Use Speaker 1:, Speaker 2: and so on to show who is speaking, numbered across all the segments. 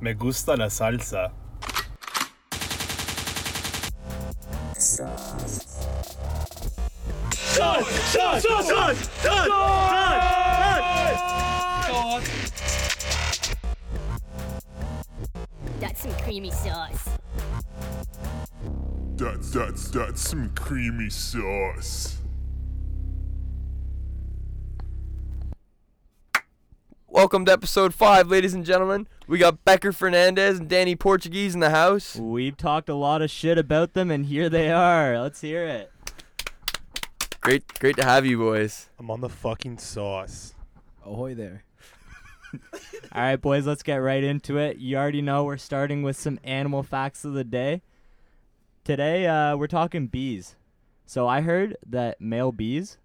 Speaker 1: Me gusta la salsa.
Speaker 2: That's some creamy sauce.
Speaker 3: That's that's that's some creamy sauce.
Speaker 4: Welcome to episode five, ladies and gentlemen. We got Becker Fernandez and Danny Portuguese in the house.
Speaker 5: We've talked a lot of shit about them, and here they are. Let's hear it.
Speaker 4: Great, great to have you boys.
Speaker 6: I'm on the fucking sauce.
Speaker 7: Ahoy there.
Speaker 5: All right, boys, let's get right into it. You already know we're starting with some animal facts of the day. Today, uh, we're talking bees. So I heard that male bees,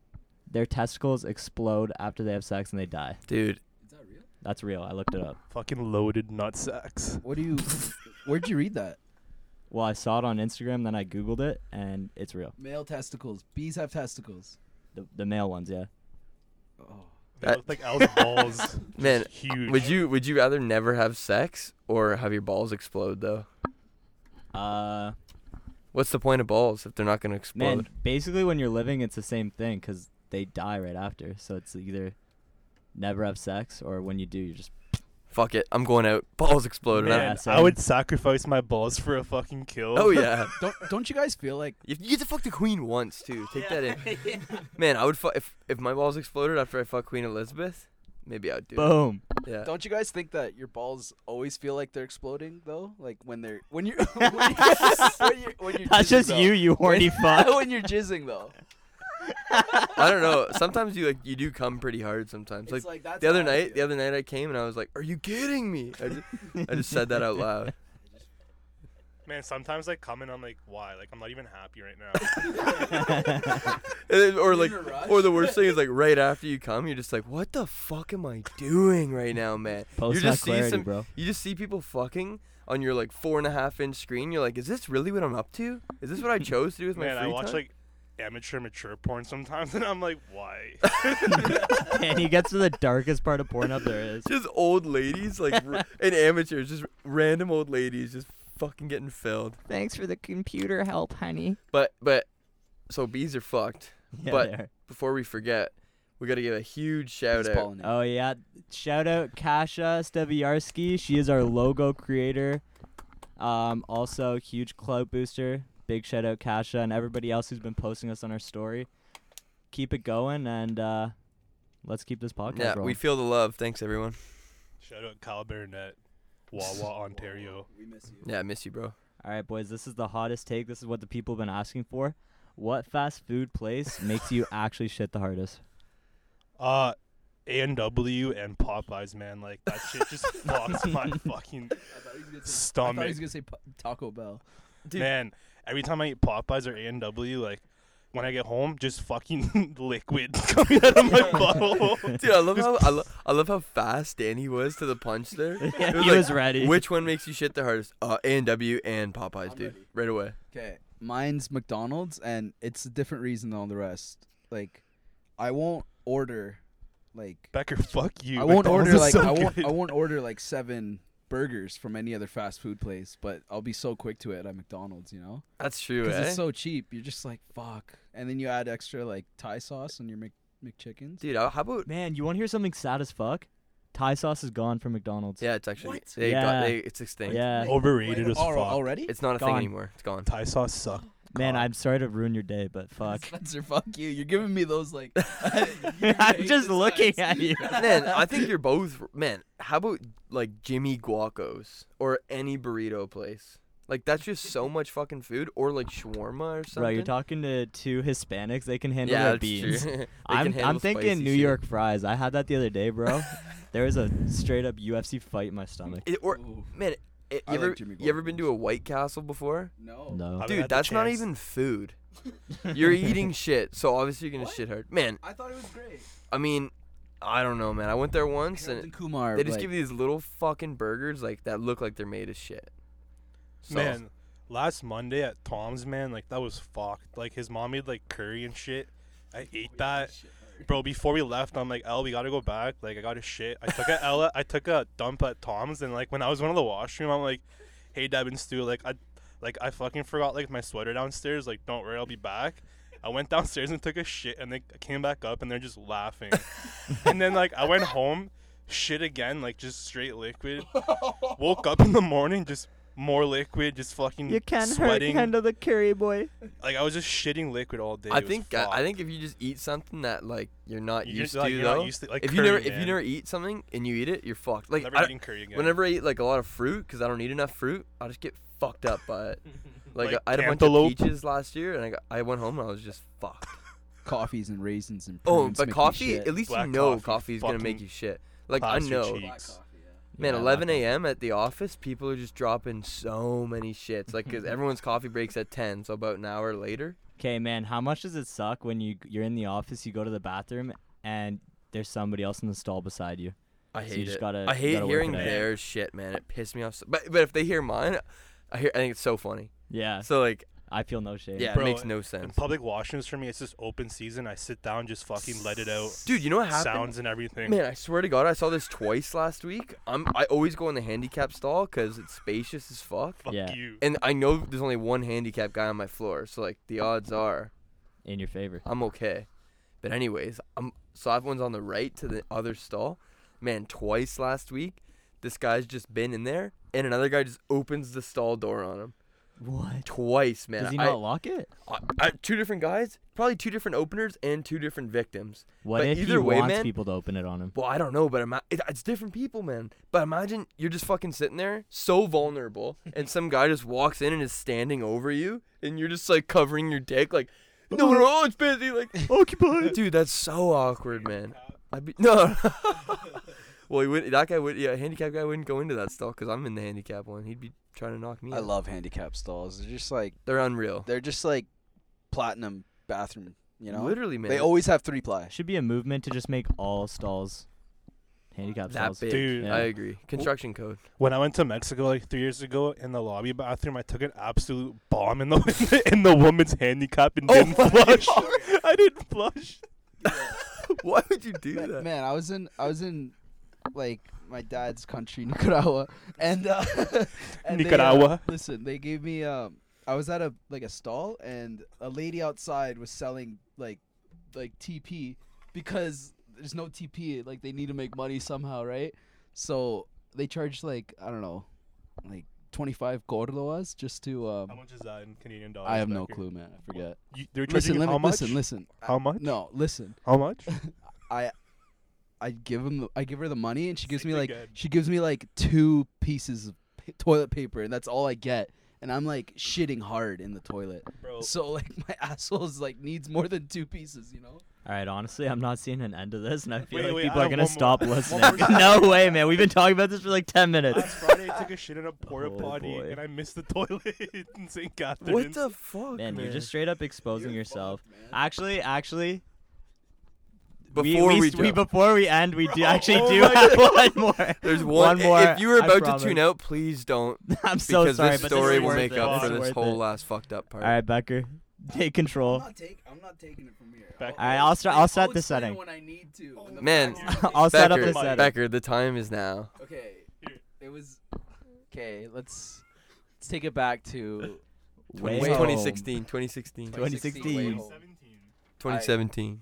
Speaker 5: their testicles explode after they have sex and they die.
Speaker 4: Dude,
Speaker 5: That's real. I looked it up.
Speaker 6: Fucking loaded nut sacks.
Speaker 7: What do you? where'd you read that?
Speaker 5: Well, I saw it on Instagram, then I Googled it, and it's real.
Speaker 7: Male testicles. Bees have testicles.
Speaker 5: The, the male ones, yeah.
Speaker 7: Oh.
Speaker 6: They
Speaker 4: That-
Speaker 6: look like Al's balls. Just
Speaker 4: Man,
Speaker 6: huge.
Speaker 4: would you would you rather never have sex or have your balls explode though?
Speaker 5: Uh,
Speaker 4: What's the point of balls if they're not gonna explode?
Speaker 5: man, basically, when you're living, it's the same thing because they die right after. So it's either never have sex, or when you do, you're just
Speaker 4: Fuck it, I'm going out. Balls exploded.
Speaker 5: Man.
Speaker 4: I'm-
Speaker 5: Yeah,
Speaker 6: I
Speaker 5: same.
Speaker 6: would sacrifice my balls for a fucking kill.
Speaker 4: Oh yeah.
Speaker 7: Don't don't you guys feel like
Speaker 4: If you get to fuck the queen once too, take that in. Man, I would fu- if if my balls exploded after I fuck Queen Elizabeth, maybe I'd do. it.
Speaker 5: boom.
Speaker 4: Yeah.
Speaker 7: don't you guys think that your balls always feel like they're exploding though? Like when they're when you're when you're, when you're, when you're
Speaker 5: That's
Speaker 7: jizzing,
Speaker 5: just
Speaker 7: though.
Speaker 5: you, you horny fuck.
Speaker 7: when you're jizzing though.
Speaker 4: I don't know. Sometimes you like you do come pretty hard. Sometimes
Speaker 7: It's
Speaker 4: like,
Speaker 7: like, that's
Speaker 4: the other
Speaker 7: how I
Speaker 4: night,
Speaker 7: feel.
Speaker 4: the other night I came and I was like, "Are you kidding me?" I just, I just said that out loud.
Speaker 6: Man, sometimes I come and I'm like, why? Like I'm not even happy right now.
Speaker 4: And then- or like,
Speaker 7: a rush?
Speaker 4: or the worst thing is like right after you come, you're just like, "What the fuck am I doing right now, man?"
Speaker 5: Post
Speaker 4: you
Speaker 5: not
Speaker 4: just see
Speaker 5: clarity,
Speaker 4: some,
Speaker 5: bro.
Speaker 4: you just see people fucking on your like four and a half inch screen. You're like, "Is this really what I'm up to? Is this what I chose to do with my
Speaker 6: Man,
Speaker 4: free
Speaker 6: I watch
Speaker 4: time?"
Speaker 6: like amateur mature porn sometimes and I'm like, why?
Speaker 5: and he gets to the darkest part of Pornhub there is.
Speaker 4: just old ladies, like r- and amateurs, just random old ladies, just fucking getting filled.
Speaker 5: Thanks for the computer help, honey.
Speaker 4: But but, so bees are fucked.
Speaker 5: Yeah,
Speaker 4: But-
Speaker 5: there.
Speaker 4: before we forget, we got to give a huge shout
Speaker 7: Bees
Speaker 4: out.
Speaker 7: pollinate.
Speaker 5: oh yeah, shout out Kasha Steviarski. She is our logo creator. Um, also huge clout booster. Big shout out Kasha and everybody else who's been posting us on our story. Keep it going and uh, let's keep this podcast
Speaker 4: Yeah,
Speaker 5: rolling.
Speaker 4: we feel the love. Thanks everyone.
Speaker 6: Shout out Kyle Burnett, Wawa, Ontario.
Speaker 7: Oh, We miss you.
Speaker 4: Yeah, I miss you, bro.
Speaker 5: All right, boys, this is the hottest take. This is what the people have been asking for. What fast food place makes you actually shit the hardest?
Speaker 6: Uh A and W and Popeyes, man, like that shit just fucks my fucking
Speaker 7: I thought he was gonna say, I thought he
Speaker 6: stomach.
Speaker 7: was gonna say Pa- Taco Bell.
Speaker 4: Dude.
Speaker 6: Man, every time I eat Popeyes or A and W, like when I get home, just fucking liquid coming out of my bottle.
Speaker 4: Dude, I love how I, lo- I love how fast Danny was to the punch there. It
Speaker 5: he
Speaker 4: like,
Speaker 5: was ready.
Speaker 4: Which one makes you shit the hardest? Uh, A and W and Popeyes, dude.
Speaker 7: ready.
Speaker 4: Right away.
Speaker 7: Okay, mine's McDonald's, and it's a different reason than all the rest. Like, I won't order, like
Speaker 6: Becker, fuck you.
Speaker 7: I won't
Speaker 6: McDonald's
Speaker 7: order
Speaker 6: is
Speaker 7: like
Speaker 6: so
Speaker 7: I won't
Speaker 6: good.
Speaker 7: I won't order like seven burgers from any other fast food place, but I'll be so quick to it at McDonald's, you know,
Speaker 4: That's true.
Speaker 7: because
Speaker 4: Eh?
Speaker 7: it's so cheap. You're just like fuck, and then you add extra like Thai sauce on your Mc, McChickens.
Speaker 4: dude, uh, how about?
Speaker 5: Man, you want to hear something sad as fuck? Thai sauce is gone from McDonald's.
Speaker 4: Yeah, oh, it's actually
Speaker 7: What?
Speaker 4: they got
Speaker 5: Yeah.
Speaker 4: they it's extinct.
Speaker 5: Yeah.
Speaker 6: Overrated
Speaker 7: Wait,
Speaker 6: as
Speaker 7: al-
Speaker 6: fuck.
Speaker 7: already?
Speaker 4: It's not a thing
Speaker 5: Gone.
Speaker 4: anymore. It's gone.
Speaker 6: Thai sauce suck.
Speaker 5: Man, I'm sorry to ruin your day, but fuck.
Speaker 7: Spencer, fuck you. You're giving me those like. you
Speaker 5: I'm
Speaker 7: hate
Speaker 5: just
Speaker 7: the
Speaker 5: looking at
Speaker 7: sides.
Speaker 5: you.
Speaker 4: man, I think you're both. Man, how about like Jimmy Guacos or any burrito place? Like that's just so much fucking food, or like shawarma or something.
Speaker 5: Bro, you're talking to two Hispanics. They can handle
Speaker 4: yeah,
Speaker 5: their
Speaker 4: that's
Speaker 5: beans.
Speaker 4: true. They can
Speaker 5: I'm,
Speaker 4: handle
Speaker 5: I'm thinking
Speaker 4: spicy
Speaker 5: New
Speaker 4: shit.
Speaker 5: York fries. I had that the other day, bro. there was a straight up UFC fight in my stomach.
Speaker 4: It- or
Speaker 7: Ooh,
Speaker 4: man, it,
Speaker 7: I
Speaker 4: you ever
Speaker 7: like Jimmy
Speaker 4: you ever been
Speaker 7: Guacos.
Speaker 4: to a White Castle before?
Speaker 7: no.
Speaker 5: No.
Speaker 6: I've
Speaker 4: Dude,
Speaker 6: had the
Speaker 4: that's not
Speaker 6: chance.
Speaker 4: even food. You're eating shit, so obviously you're gonna
Speaker 7: What?
Speaker 4: shit hard. Man,
Speaker 7: I thought it was great.
Speaker 4: I mean, I don't know, man. I went there once
Speaker 7: Harold
Speaker 4: and
Speaker 7: and Kumar.
Speaker 4: they just
Speaker 7: like,
Speaker 4: give you these little fucking burgers like that look like they're made of shit. So,
Speaker 6: Man, last Monday at Tom's, man, like that was fucked. Like his mom made like curry and shit. I ate that. bro, before we left, I'm like, L, we gotta go back. Like, I gotta shit. I took a L. I took a dump at Tom's, and like when I was going to the washroom, I'm like, hey, Deb and Stu, like I, like I fucking forgot like my sweater downstairs. Like, don't worry, I'll be back. I went downstairs and took a shit, and they came back up, and they're just laughing. and then like I went home, shit again, like just straight liquid. Woke up in the morning, just more liquid, just fucking sweating.
Speaker 5: the curry boy.
Speaker 6: like I was just shitting liquid all day.
Speaker 4: I
Speaker 6: It was
Speaker 4: think uh, I, I
Speaker 6: fucked.
Speaker 4: think if you just eat something that like you're not
Speaker 6: You
Speaker 4: used
Speaker 6: just, like,
Speaker 4: to
Speaker 6: you're not
Speaker 4: though,
Speaker 6: used to- like
Speaker 4: if you
Speaker 6: curry,
Speaker 4: never if you
Speaker 6: man.
Speaker 4: never eat something and you eat it, you're fucked. Like
Speaker 6: never
Speaker 4: I-
Speaker 6: eating curry again.
Speaker 4: whenever I eat like a lot of fruit because I don't eat enough fruit, I just get fucked up by it. Like,
Speaker 6: Like
Speaker 4: I had a bunch
Speaker 6: cantaloupe?
Speaker 4: of peaches last year, and I, got, I went home and I was just fucked.
Speaker 7: Coffees and raisins and
Speaker 4: Oh,
Speaker 7: prunes
Speaker 4: but
Speaker 7: make me
Speaker 4: coffee,
Speaker 7: shit.
Speaker 4: at least
Speaker 6: Black
Speaker 4: you know
Speaker 6: coffee
Speaker 4: coffee is gonna make
Speaker 6: fucking
Speaker 4: you shit. Like I
Speaker 6: Pass your
Speaker 4: know,
Speaker 6: cheeks.
Speaker 4: man.
Speaker 5: Yeah,
Speaker 4: 11
Speaker 5: black
Speaker 4: a.m. at the office, people are just dropping so many shits. Like, 'cause everyone's coffee breaks at 10, so about an hour later.
Speaker 5: Okay, man, how much does it suck when you you're in the office, you go to the bathroom, and there's somebody else in the stall beside you?
Speaker 4: I
Speaker 5: So
Speaker 4: hate
Speaker 5: you just
Speaker 4: it.
Speaker 5: gotta-
Speaker 4: I
Speaker 5: you
Speaker 4: hate
Speaker 5: gotta work
Speaker 4: hearing
Speaker 5: it out.
Speaker 4: their shit, man. It pissed me off. So, but but if they hear mine, I hear. I think it's so funny.
Speaker 5: Yeah,
Speaker 4: So like,
Speaker 5: I feel no shame.
Speaker 4: yeah,
Speaker 6: Bro,
Speaker 4: it makes no
Speaker 6: In
Speaker 4: sense.
Speaker 6: public washrooms for me, it's just open season. I sit down, just fucking let it out.
Speaker 4: Dude, you know what happened?
Speaker 6: Sounds and everything.
Speaker 4: Man, I swear to God, I saw this twice last week. I'm I always go in the handicap stall because it's spacious as fuck,
Speaker 6: Fuck
Speaker 5: Yeah.
Speaker 6: you.
Speaker 4: and I know there's only one handicap guy on my floor, so like the odds are
Speaker 5: in your favor.
Speaker 4: I'm okay. But anyways, I'm so everyone's on the right to the other stall. Man, twice last week, this guy's just been in there, and another guy just opens the stall door on him
Speaker 5: What?
Speaker 4: twice, man.
Speaker 5: Does he
Speaker 4: I-
Speaker 5: not lock it?
Speaker 4: I, I, two different guys, probably two different openers and two different victims.
Speaker 5: What
Speaker 4: but
Speaker 5: if
Speaker 4: either
Speaker 5: he
Speaker 4: way,
Speaker 5: wants
Speaker 4: man,
Speaker 5: people to open it on him?
Speaker 4: Well, I don't know, but ima- it, it's different people, man. But imagine you're just fucking sitting there, so vulnerable, and some guy just walks in and is standing over you, and you're just like covering your dick, like, no,
Speaker 5: Oh.
Speaker 4: no, no, it's busy, like,
Speaker 5: Occupied.
Speaker 4: dude, that's so awkward, man. I'd be no. well, he would. That guy would. Yeah, handicap guy wouldn't go into that stall because I'm in the handicap one. He'd be trying to knock me.
Speaker 7: I
Speaker 4: out.
Speaker 7: love handicap stalls. They're just like
Speaker 4: They're unreal.
Speaker 7: they're just like platinum bathroom. You know,
Speaker 4: literally, man.
Speaker 7: they always have three ply.
Speaker 5: Should be a movement to just make all stalls handicap
Speaker 4: that
Speaker 5: stalls.
Speaker 4: big.
Speaker 6: Dude.
Speaker 4: I agree. Construction code.
Speaker 6: When I went to Mexico like three years ago in the lobby bathroom, I took an absolute bomb in the in the woman's handicap and didn't flush. I didn't flush.
Speaker 4: Why would you do
Speaker 7: Man,
Speaker 4: that?
Speaker 7: man, I was in I was in like my dad's country, Nicaragua, and, uh, and they, uh,
Speaker 6: Nicaragua.
Speaker 7: listen, they gave me. Um, I was at a like a stall, and a lady outside was selling like like TP because there's no TP. Like they need to make money somehow, right? So they charged like I don't know, like 25 cordobas just to. Um,
Speaker 6: How much is that in Canadian dollars?
Speaker 7: I have
Speaker 6: back
Speaker 7: no
Speaker 6: here?
Speaker 7: clue, man. I forget.
Speaker 6: You, they were charging
Speaker 7: Listen,
Speaker 6: you
Speaker 7: let me,
Speaker 6: how much?
Speaker 7: listen, listen.
Speaker 6: How much?
Speaker 7: No, listen.
Speaker 6: How much?
Speaker 7: I give him the, I give her the money and she gives me
Speaker 6: Sick
Speaker 7: like
Speaker 6: again.
Speaker 7: she gives me like two pieces of pa- toilet paper and that's all I get and I'm like shitting hard in the toilet.
Speaker 6: Bro.
Speaker 7: So like my asshole's like needs more than two pieces, you know?
Speaker 5: All right, honestly, I'm not seeing an end to this, and I feel
Speaker 6: Wait,
Speaker 5: like
Speaker 6: wait,
Speaker 5: people
Speaker 6: I
Speaker 5: are
Speaker 6: have
Speaker 5: gonna
Speaker 6: one more-
Speaker 5: stop
Speaker 6: one
Speaker 5: listening.
Speaker 6: more-
Speaker 5: no way, man. We've been talking about this for like ten minutes.
Speaker 6: Last Friday, I took a shit in a porta
Speaker 5: Oh,
Speaker 6: potty
Speaker 5: boy.
Speaker 6: and I missed the toilet in St. Catharines.
Speaker 4: What the fuck, man?
Speaker 5: Man, you're just straight up exposing yourself. Actually, actually, we-
Speaker 4: Before
Speaker 5: we,
Speaker 4: we,
Speaker 5: s- we
Speaker 4: jump.
Speaker 5: before we end, we do actually
Speaker 6: oh
Speaker 5: do
Speaker 6: my
Speaker 5: have one more.
Speaker 4: There's one,
Speaker 5: more.
Speaker 4: If you were
Speaker 5: I
Speaker 4: about
Speaker 5: promise.
Speaker 4: to tune out, please don't.
Speaker 5: I'm so
Speaker 4: Because
Speaker 5: sorry,
Speaker 4: this
Speaker 5: but
Speaker 4: story
Speaker 5: this is
Speaker 4: will
Speaker 5: worth
Speaker 4: make
Speaker 5: it.
Speaker 4: up for
Speaker 5: is
Speaker 4: this
Speaker 5: worth
Speaker 4: whole
Speaker 5: it.
Speaker 4: last fucked up part.
Speaker 5: All right, Becker, take
Speaker 7: I'm
Speaker 5: control.
Speaker 7: not, take, I'm not taking it from here.
Speaker 6: Oh. Back-
Speaker 5: All right, I'll start. I'll set the
Speaker 7: explain
Speaker 5: setting.
Speaker 7: when I need to. when the
Speaker 4: Man.
Speaker 7: facts are
Speaker 5: I'll set up
Speaker 4: Becker,
Speaker 5: the
Speaker 6: Mike.
Speaker 5: setting.
Speaker 4: Becker, the time is now.
Speaker 7: Okay.
Speaker 6: Here.
Speaker 7: It was Okay, let's let's take it back to
Speaker 5: Way
Speaker 4: 20,
Speaker 7: home.
Speaker 4: 2016, 2016,
Speaker 5: 2016.
Speaker 7: way home.
Speaker 4: 2017.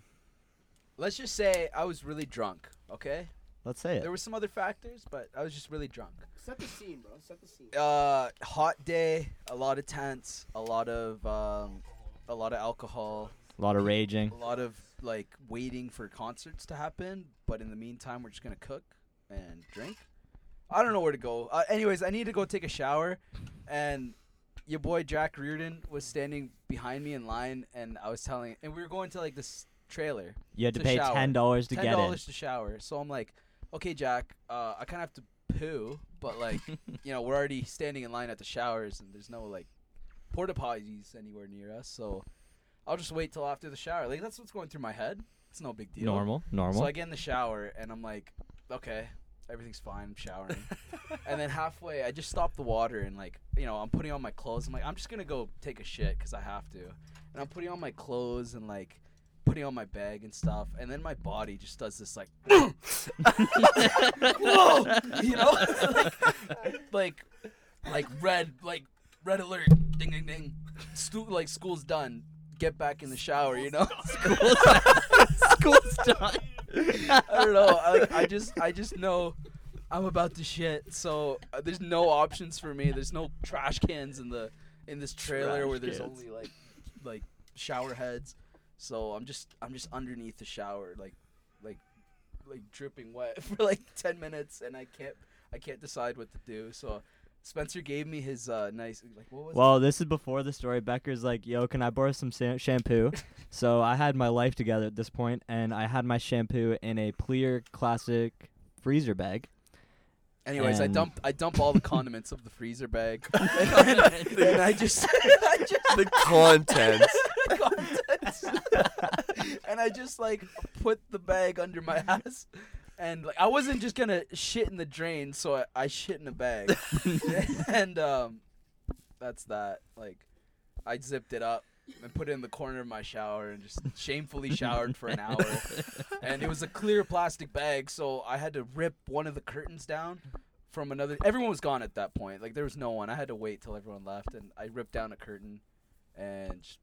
Speaker 7: Let's just say I was really drunk, okay?
Speaker 5: Let's say it.
Speaker 7: There were some other factors, but I was just really drunk.
Speaker 1: Set the scene, bro. Set the scene.
Speaker 7: Uh, hot day, a lot of tents, a lot of um, a lot of alcohol,
Speaker 5: A lot of raging.
Speaker 7: a lot of like waiting for concerts to happen. But in the meantime, we're just gonna cook and drink. I don't know where to go. Uh, anyways, I need to go take a shower, and your boy Jack Reardon was standing behind me in line, and I was telling, and we were going to like this trailer.
Speaker 5: You had to
Speaker 7: to
Speaker 5: pay
Speaker 7: shower.
Speaker 5: ten dollars to
Speaker 7: ten
Speaker 5: get in.
Speaker 7: dollars to shower. So I'm like, okay, Jack, uh, I kind of have to poo, but like, you know, we're already standing in line at the showers, and there's no like porta potties anywhere near us, so I'll just wait till after the shower. Like that's what's going through my head. It's no big deal.
Speaker 5: Normal, normal.
Speaker 7: So I get in the shower, and I'm like, okay, everything's fine. I'm showering, and then halfway, I just stop the water, and like, you know, I'm putting on my clothes. I'm like, I'm just gonna go take a shit because I have to, and I'm putting on my clothes and like. putting on my bag and stuff, and then my body just does this like, whoa, you know, like, like red, like red alert, ding ding ding, Stu- like school's done, get back in the shower, you know.
Speaker 5: School's done.
Speaker 7: I don't know. I, like, I just I just know I'm about to shit. So uh, there's no options for me. There's no trash cans in the in this trailer
Speaker 5: Trash
Speaker 7: where there's
Speaker 5: cans.
Speaker 7: only like like shower heads. So I'm just I'm just underneath the shower like like like dripping wet for like 10 minutes and I can't I can't decide what to do. So Spencer gave me his uh nice like what was
Speaker 5: Well, this is before the story. Becker's like, "Yo, can I borrow some sa- shampoo?" so I had my life together at this point, and I had my shampoo in a Pleer classic freezer bag.
Speaker 7: it? Anyways, I
Speaker 5: and-
Speaker 7: dump I dump all the condiments of the freezer bag and, I- and I just I just
Speaker 4: The contents.
Speaker 7: contents. and I just like put the bag under my ass. And like I wasn't just gonna shit in the drain, so I, I shit in a bag. and um that's that. Like I zipped it up and put it in the corner of my shower and just shamefully showered for an hour. and it was a clear plastic bag, so I had to rip one of the curtains down from another everyone was gone at that point. Like there was no one. I had to wait till everyone left and I ripped down a curtain and just,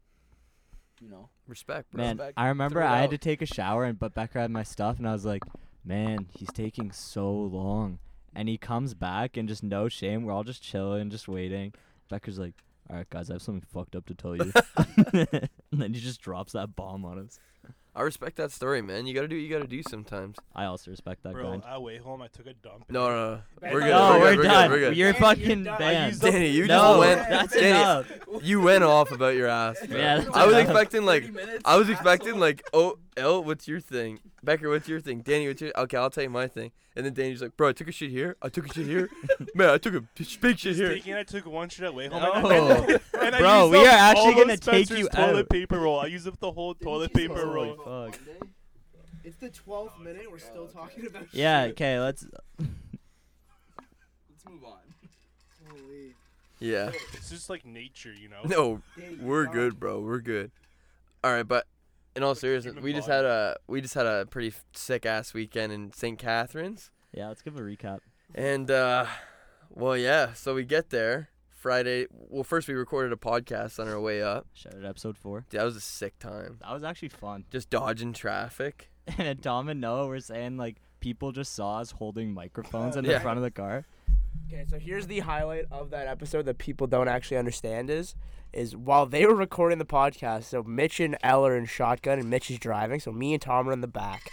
Speaker 7: you know,
Speaker 4: Respect, bro.
Speaker 5: Man,
Speaker 7: back,
Speaker 5: I remember
Speaker 7: throw it
Speaker 5: I
Speaker 7: out.
Speaker 5: had to take a shower, and but Becker had my stuff, and I was like, "Man, he's taking so long." And he comes back, and just no shame. We're all just chilling, just waiting. Becker's like, "All right, guys, I have something fucked up to tell you." and then he just drops that bomb on us.
Speaker 4: I respect that story, man. You gotta do what you gotta do sometimes.
Speaker 5: I also respect that
Speaker 6: Bro,
Speaker 5: grind.
Speaker 6: I way home. I took a dump.
Speaker 4: No, no, no. We're
Speaker 1: No,
Speaker 4: good.
Speaker 5: no,
Speaker 4: we're,
Speaker 5: we're,
Speaker 4: good,
Speaker 5: done.
Speaker 4: We're good.
Speaker 5: You're
Speaker 1: Danny, you're
Speaker 5: fucking
Speaker 1: done. I
Speaker 5: banned.
Speaker 1: used the-
Speaker 4: Danny, you just
Speaker 5: no,
Speaker 4: went.
Speaker 5: that's
Speaker 4: Danny,
Speaker 5: enough.
Speaker 4: you went off about your ass. Bro.
Speaker 5: Yeah, that's
Speaker 4: I was
Speaker 5: enough.
Speaker 4: expecting like
Speaker 7: 30 minutes,
Speaker 4: I was
Speaker 7: asshole.
Speaker 4: expecting like, oh, L, what's your thing? Becker, what's your thing? Danny, what's your? Okay, I'll tell you my thing. And then Danny's like, bro, I took a shit here. I took a shit here. Man, I took a big shit here.
Speaker 6: Thinking I took one shit at way home.
Speaker 5: No.
Speaker 6: And I, and I
Speaker 5: Bro,
Speaker 6: used
Speaker 5: we
Speaker 6: up
Speaker 5: are actually
Speaker 6: all of
Speaker 5: gonna take
Speaker 6: Spencer's
Speaker 5: you
Speaker 6: toilet
Speaker 5: out.
Speaker 6: paper roll. I used up the whole toilet paper
Speaker 5: Holy
Speaker 6: roll.
Speaker 5: roll. fuck.
Speaker 1: Oh, It's the 12th minute. We're still talking about
Speaker 5: yeah,
Speaker 1: shit.
Speaker 5: okay, let's.
Speaker 7: Let's move on.
Speaker 1: Holy.
Speaker 4: Yeah.
Speaker 6: It's just like nature, you know.
Speaker 4: No,
Speaker 1: Danny, you're
Speaker 4: we're
Speaker 1: gone.
Speaker 4: good, bro. We're good. All right, but in all seriousness,
Speaker 6: human
Speaker 4: we just
Speaker 6: body.
Speaker 4: had a we just had a pretty sick ass weekend in St. Catharines.
Speaker 5: Yeah, let's give a recap.
Speaker 4: And uh well yeah, so we get there Friday. Well, first we recorded a podcast on our way up.
Speaker 5: Shout out episode four.
Speaker 4: That was a sick time.
Speaker 5: That was actually fun.
Speaker 4: Just dodging traffic.
Speaker 5: And then Tom and Noah were saying like people just saw us holding microphones in
Speaker 4: Yeah.
Speaker 5: the front of the car.
Speaker 1: Okay, so here's the highlight of that episode that people don't actually understand is is while they were recording the podcast, so Mitch and Elle are in shotgun and Mitch is driving, so me and Tom are in the back.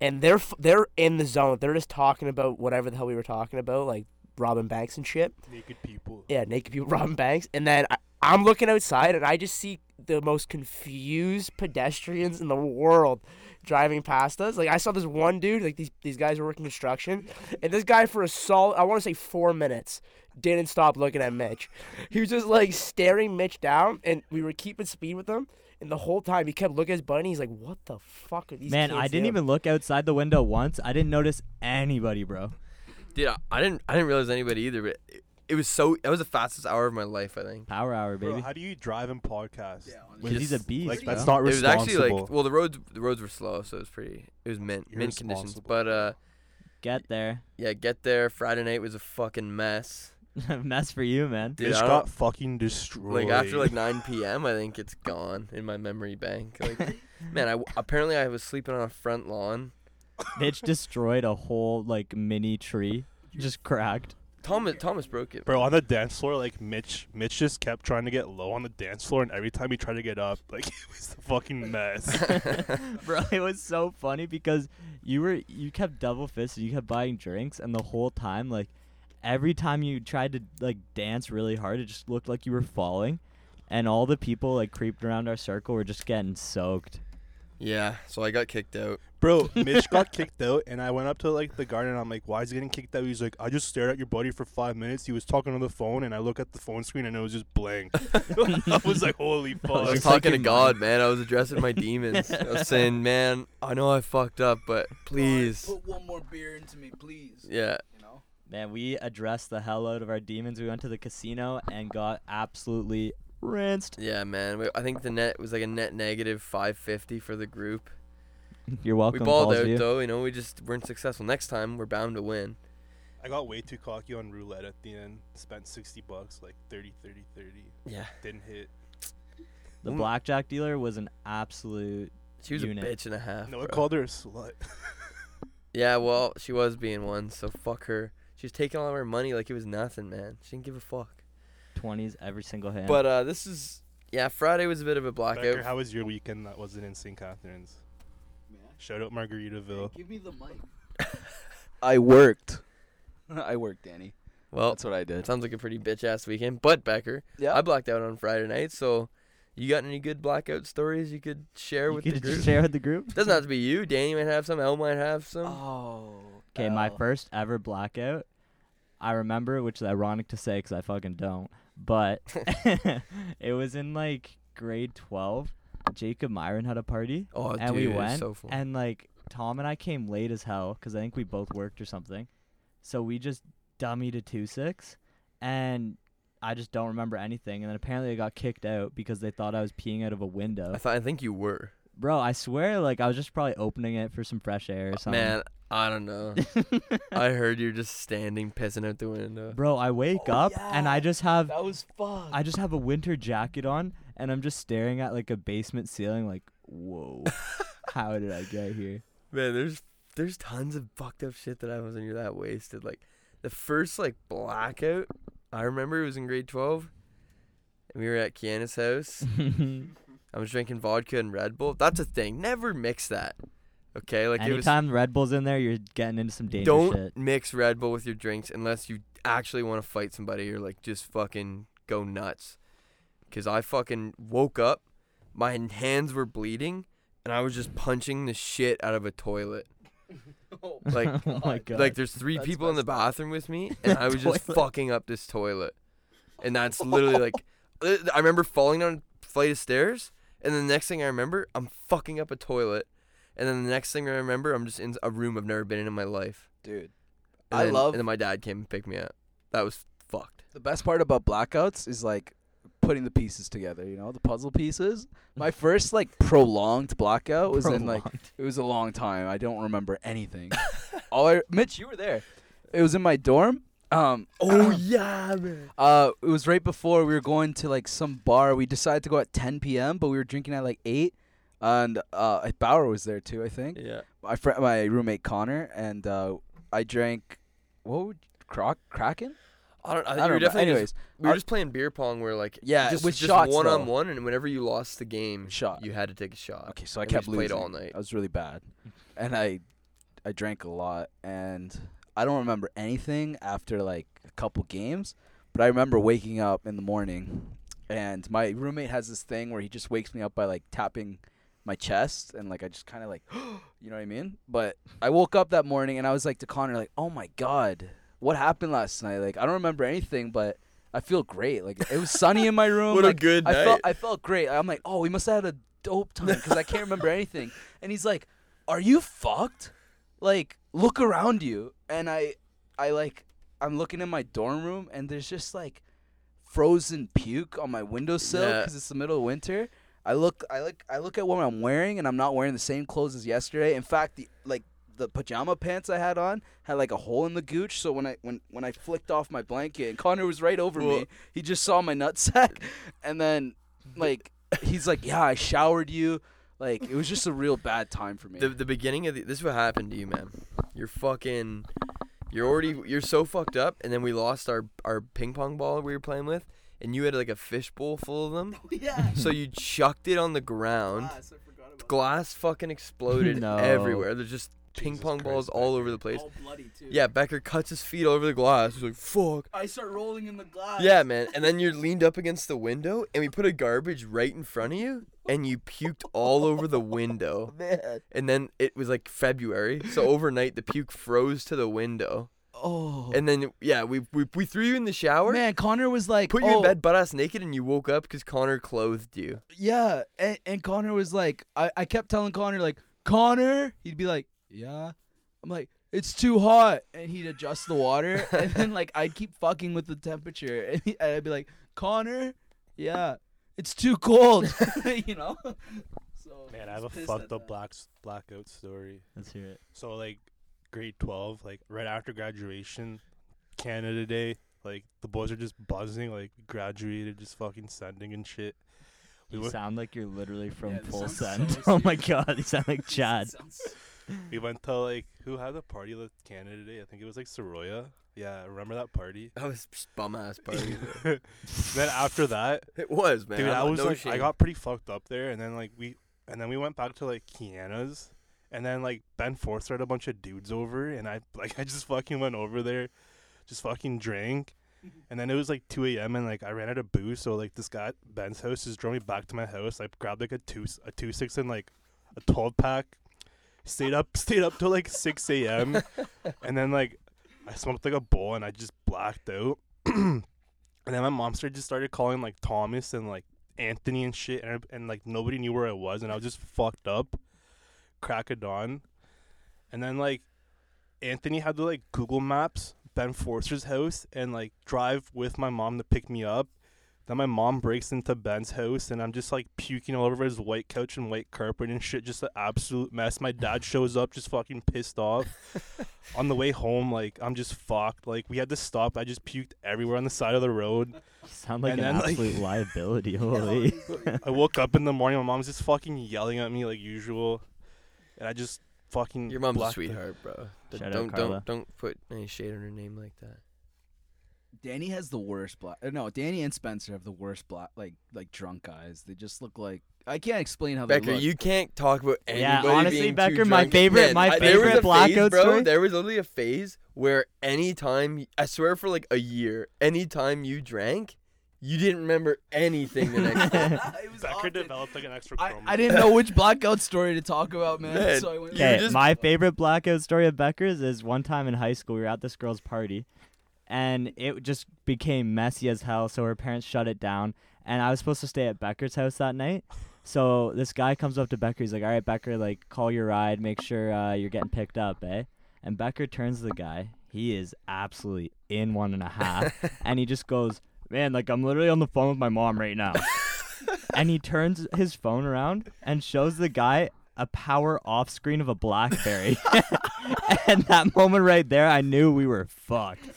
Speaker 1: And they're f- they're in the zone. They're just talking about whatever the hell we were talking about, like Robin Banks and shit.
Speaker 6: Naked people.
Speaker 1: Yeah, naked people, Robin Banks. And then I, I'm looking outside and I just see the most confused pedestrians in the world driving past us. Like I saw this one dude, like these these guys were working construction, and this guy for a solid I want to say 4 minutes didn't stop looking at Mitch. He was just like staring Mitch down and we were keeping speed with him. And the whole time he kept looking at his buddy. He's like, "What the fuck are these?"
Speaker 5: Man,
Speaker 1: kids
Speaker 5: I didn't
Speaker 1: doing?"
Speaker 5: even look outside the window once. I didn't notice anybody, bro.
Speaker 4: Dude, I, I didn't I didn't realize anybody either, but it, it was so that was the fastest hour of my life, I think.
Speaker 5: Power hour,
Speaker 6: Bro,
Speaker 5: baby.
Speaker 6: how do you drive in podcast?
Speaker 5: Because he's a
Speaker 4: Just-
Speaker 5: beast.
Speaker 6: Like
Speaker 5: bro.
Speaker 6: that's not
Speaker 4: It was
Speaker 6: responsible.
Speaker 4: actually like well the roads the roads were slow, so it was pretty it was mint mint conditions.
Speaker 6: Irresponsible.
Speaker 4: But uh
Speaker 5: Get there.
Speaker 4: yeah, get there Friday night was a fucking mess.
Speaker 5: Mess for you, man.
Speaker 4: Dude,
Speaker 6: Mitch
Speaker 4: I don't-
Speaker 6: got fucking destroyed.
Speaker 4: like after like 9 p.m. I think it's gone in my memory bank. Like man, I w- apparently I was sleeping on a front lawn
Speaker 5: Mitch destroyed a whole like mini tree. Just cracked.
Speaker 4: Thomas Thomas broke it.
Speaker 6: Bro, on the dance floor, like Mitch, Mitch just kept trying to get low on the dance floor, and every time he tried to get up, like it was a fucking mess.
Speaker 5: Bro, it was so funny because you were you kept double fisted, you kept buying drinks, and the whole time, like every time you tried to like dance really hard, it just looked like you were falling, and all the people like creeped around our circle were just getting soaked.
Speaker 4: Yeah, so I got kicked out.
Speaker 6: Bro, Mitch got kicked out, and I went up to like the garden. And I'm like, "Why is he getting kicked out?" He's like, "I just stared at your buddy for five minutes. He was talking on the phone, and I look at the phone screen, and it was just blank." I was like, "Holy
Speaker 4: I
Speaker 6: fuck!"
Speaker 4: was
Speaker 5: It's like
Speaker 4: talking to
Speaker 5: you-
Speaker 4: God, man. I was addressing my demons. I was saying, man, I know I fucked up, but please.
Speaker 7: put one more beer into me, please.
Speaker 4: Yeah,
Speaker 7: You know.
Speaker 5: Man, we addressed the hell out of our demons. We went to the casino and got absolutely Rinsed.
Speaker 4: Yeah, man. We, I think the net was like a net negative 550 for the group.
Speaker 5: You're welcome.
Speaker 4: we balled out
Speaker 5: Fallsview.
Speaker 4: though. You know, we just weren't successful. Next time, we're bound to win.
Speaker 6: I got way too cocky on roulette at the end. Spent 60 bucks, like 30, 30, 30.
Speaker 4: Yeah,
Speaker 6: Didn't hit.
Speaker 5: The
Speaker 4: Mm.
Speaker 5: blackjack dealer was an absolute.
Speaker 4: she was
Speaker 5: Unit.
Speaker 4: a bitch and a half.
Speaker 6: No, I
Speaker 4: bro.
Speaker 6: called her a slut.
Speaker 4: Yeah, well, she was being one, so fuck her. She was taking all of her money like it was nothing, man. She didn't give a fuck.
Speaker 5: 20s every single hand.
Speaker 4: But uh, this is yeah. Friday was a bit of a
Speaker 6: Becker,
Speaker 4: blackout.
Speaker 6: how was your weekend that wasn't in St. Catharines? Shout out Margaritaville.
Speaker 7: Give me the mic. I worked. I worked, Danny.
Speaker 4: well,
Speaker 7: That's what I
Speaker 4: it
Speaker 7: did.
Speaker 4: sounds like a pretty bitch ass weekend. But Becker,
Speaker 7: Yeah.
Speaker 4: I blacked out on Friday night, so you got any good blackout stories you could share
Speaker 5: you
Speaker 4: with
Speaker 5: could
Speaker 4: the
Speaker 5: just
Speaker 4: group?
Speaker 5: share with the group.
Speaker 4: Doesn't have to be you. Danny might have some. Elle might have some.
Speaker 7: oh.
Speaker 5: Okay, my
Speaker 7: L.
Speaker 5: first ever blackout. I remember, which is ironic to say because I fucking don't. But it was in like grade 12. Jacob Myron had a party.
Speaker 4: Oh,
Speaker 5: and we
Speaker 4: dude, it was
Speaker 5: went
Speaker 4: So full.
Speaker 5: and like Tom and I came late as hell because I think we both worked or something. So we just dummy to two six, and I just don't remember anything. And then apparently I got kicked out because they thought I was peeing out of a window.
Speaker 4: I thought. I think you were.
Speaker 5: Bro, I swear, like I was just probably opening it for some fresh air or something.
Speaker 4: Oh, Man, I don't know. I heard you're just standing pissing out the window.
Speaker 5: Bro, I wake
Speaker 7: Oh,
Speaker 5: up and
Speaker 7: yeah.
Speaker 5: I just have
Speaker 7: That was fun.
Speaker 5: I just have a winter jacket on and I'm just staring at like a basement ceiling like, whoa, how did I get here?
Speaker 4: Man, there's there's tons of fucked up shit that happens when you're that wasted. Like the first like blackout, I remember it was in grade twelve. And we were at Kiana's house. I was drinking vodka and Red Bull. That's a thing. Never mix that. Okay, like it was.
Speaker 5: Anytime Red Bull's in there, you're getting into some danger
Speaker 4: Don't
Speaker 5: shit.
Speaker 4: mix Red Bull with your drinks unless you actually want to fight somebody or like just fucking go nuts. Cause I fucking woke up, my hands were bleeding, and I was just punching the shit out of a toilet. Like
Speaker 5: oh my god.
Speaker 4: Like there's three
Speaker 7: That's
Speaker 4: people in the
Speaker 7: messed up.
Speaker 4: bathroom with me, and I was just
Speaker 5: Toilet.
Speaker 4: fucking up this toilet. And that's literally like, uh, I remember falling down a flight of stairs, and then the next thing I remember, I'm fucking up a toilet, and then the next thing I remember, I'm just in a room I've never been in in my life.
Speaker 7: dude.
Speaker 4: And
Speaker 7: I
Speaker 4: then-
Speaker 7: love-
Speaker 4: And then my dad came and picked me up. That was fucked.
Speaker 7: The best part about blackouts is like putting the pieces together, you know, the puzzle pieces. My first like prolonged blackout was in like it was a long time. I don't remember anything. All I Mitch, you were there. It was in my dorm. Um
Speaker 4: Oh yeah, man.
Speaker 7: uh it was right before we were going to like some bar. We decided to go at 10 p.m., but we were drinking at like 8 and uh Bauer was there too, I think.
Speaker 4: Yeah.
Speaker 7: My friend my roommate Connor and uh I drank what would Croc Kraken?
Speaker 4: I don't. I, think
Speaker 7: don't
Speaker 4: you were
Speaker 7: remember.
Speaker 4: definitely.
Speaker 7: Anyways,
Speaker 4: just- we were
Speaker 7: I-
Speaker 4: just playing beer pong. Where like
Speaker 7: Yeah,
Speaker 4: just,
Speaker 7: with
Speaker 4: just
Speaker 7: shots,
Speaker 4: one
Speaker 7: though.
Speaker 4: on one, and whenever you lost the game,
Speaker 7: Shot.
Speaker 4: you had to take a shot.
Speaker 7: Okay, so I
Speaker 4: And we
Speaker 7: kept
Speaker 4: just played
Speaker 7: losing.
Speaker 4: all night.
Speaker 7: I was really bad, and I, I drank a lot, and I don't remember anything after like a couple games. But I remember waking up in the morning, and my roommate has this thing where he just wakes me up by like tapping my chest, and like I just kind of like, you know what I mean? But I woke up that morning, and I was like to Connor, like, oh my god, what happened last night? Like I don't remember anything, but. I feel great. Like it was sunny in Oh my room.
Speaker 4: What a
Speaker 7: like,
Speaker 4: good
Speaker 7: I felt
Speaker 4: night.
Speaker 7: I felt great. I'm like, oh, we must have had a dope time because I can't remember anything. And he's like, are you fucked? Like, look around you. And I, I like, I'm looking in my dorm room and there's just like frozen puke on my windowsill
Speaker 4: Yeah.
Speaker 7: because it's the middle of winter. I look, I look, I look at what I'm wearing and I'm not wearing the same clothes as yesterday. In fact, the like the pajama pants I had on had like a hole in the gooch. So when I when when I flicked off my blanket and Connor was right over
Speaker 4: Well-
Speaker 7: me, he just saw my nutsack, and then like he's like, "Yeah, I showered you." Like it was just a real bad time for me.
Speaker 4: the, the beginning of the, this is what happened to you, man. You're fucking. You're already. You're so fucked up, and then we lost our our ping pong ball we were playing with, and you had like a fishbowl full of them.
Speaker 7: yeah.
Speaker 4: so you chucked it on the ground. Glass fucking exploded
Speaker 5: No.
Speaker 4: everywhere. There's just ping
Speaker 6: Jesus
Speaker 4: pong balls
Speaker 6: Christ, Oh,
Speaker 4: all over the place.
Speaker 7: bloody too.
Speaker 4: Yeah, Becker cuts his feet all over the glass. He's like, "Fuck."
Speaker 7: I start rolling in the glass.
Speaker 4: Yeah, man. And then you're leaned up against the window, and we put a garbage right in front of you, and you puked all over the window.
Speaker 7: Man.
Speaker 4: And then it was like February, so overnight the puke froze to the window.
Speaker 7: Oh.
Speaker 4: And then yeah, we we, we threw you in the shower,
Speaker 7: Man, Connor was like,
Speaker 4: put you
Speaker 7: oh,
Speaker 4: in bed butt ass naked, and you woke up because Connor clothed you.
Speaker 7: Yeah, and, and Connor was like, I, I kept telling Connor like, Connor, he'd be like, yeah. I'm like, it's too hot, and he'd adjust the water, and then like I'd keep fucking with the temperature, and, he, and I'd be like, Connor, yeah, it's too cold. you know. So
Speaker 6: Man, I have
Speaker 7: was
Speaker 6: a
Speaker 7: pissed
Speaker 6: fucked
Speaker 7: at
Speaker 6: up
Speaker 7: that.
Speaker 6: black blackout story.
Speaker 5: Let's hear it.
Speaker 6: So like grade twelve, like right after graduation, Canada Day, like the boys are just buzzing, like graduated, just fucking sending and shit. We
Speaker 5: You
Speaker 6: went,
Speaker 5: sound like you're literally from
Speaker 7: Yeah, this
Speaker 5: Full
Speaker 7: sounds
Speaker 5: Send.
Speaker 7: so
Speaker 5: oh my god, you sound like Chad.
Speaker 7: Sounds-
Speaker 6: we went to like who had the party with Canada Day? I think it was like Soroya. Yeah, remember that party?
Speaker 4: That was bum ass party.
Speaker 6: then after that,
Speaker 4: it was, man.
Speaker 6: dude,
Speaker 4: I'm
Speaker 6: I
Speaker 4: not-
Speaker 6: was
Speaker 4: no
Speaker 6: like, I
Speaker 4: shame.
Speaker 6: got pretty fucked up there, and then like we, and then we went back to like Kiana's, and then like Ben Forth had a bunch of dudes over, and I like I just fucking went over there, just fucking drank, and then it was like 2 a.m. and like I ran out of booze, so like this guy at Ben's house just drove me back to my house. I grabbed like a two a two six and like a 12 pack, stayed up stayed up till like 6 a.m. and then like I smoked like a bowl and I just blacked out. and then my mom started just started calling like Thomas and like Anthony and shit, and, I- and like nobody knew where I was, and I was just fucked up, crack of dawn, and then like Anthony had to like Google Maps Ben Forster's house and like drive with my mom to pick me up. Then my mom breaks into Ben's house, and I'm just like puking all over his white couch and white carpet and shit, just an absolute mess. My dad shows up, just fucking pissed off. on the way home, like I'm just fucked. Like we had to stop. I just puked everywhere on the side of the road.
Speaker 5: You sound like
Speaker 6: And
Speaker 5: an
Speaker 6: then, like-
Speaker 5: absolute liability. Holy.
Speaker 6: I woke up in the morning. My mom's just fucking yelling at me like usual, and I just fucking.
Speaker 4: Your mom's a
Speaker 6: blacked out.
Speaker 4: sweetheart, bro. D-
Speaker 5: Shout out
Speaker 4: don't
Speaker 5: Carla.
Speaker 4: don't don't put any shade on her name like that.
Speaker 7: Danny has the worst black. uh, No, Danny and Spencer have the worst black, like like drunk guys. They just look like I can't explain how they
Speaker 4: Becker,
Speaker 7: look.
Speaker 4: you can't talk about anybody
Speaker 5: Yeah, honestly,
Speaker 4: being
Speaker 5: Becker,
Speaker 4: too
Speaker 5: my
Speaker 4: drunk.
Speaker 5: favorite-
Speaker 4: Man,
Speaker 5: my
Speaker 4: I- there was
Speaker 5: favorite
Speaker 4: a phase,
Speaker 5: blackout
Speaker 4: bro.
Speaker 5: story-
Speaker 4: There was literally a phase where anytime I swear for like a year, anytime you drank, you didn't remember anything the next day.
Speaker 7: It was
Speaker 6: Becker
Speaker 7: often-
Speaker 6: developed like an extra
Speaker 7: I,
Speaker 6: chromosome.
Speaker 7: I didn't know which blackout story to talk about, man.
Speaker 4: Man,
Speaker 7: so I went.
Speaker 4: you
Speaker 5: Okay,
Speaker 4: just-
Speaker 5: my favorite blackout story of Becker's is one time in high school we were at this girl's party, and it just became messy as hell. So her parents shut it down, and I was supposed to stay at Becker's house that night. So this guy comes up to Becker. He's like, "All right, Becker, like call your ride, make sure uh, you're getting picked up, eh?" And Becker turns to the guy. He is absolutely in one and a half, and he just goes, "Man, like I'm literally on the phone with my mom right now." and he turns his phone around and shows the guy a power off screen of a blackberry and that moment right there i knew we were fucked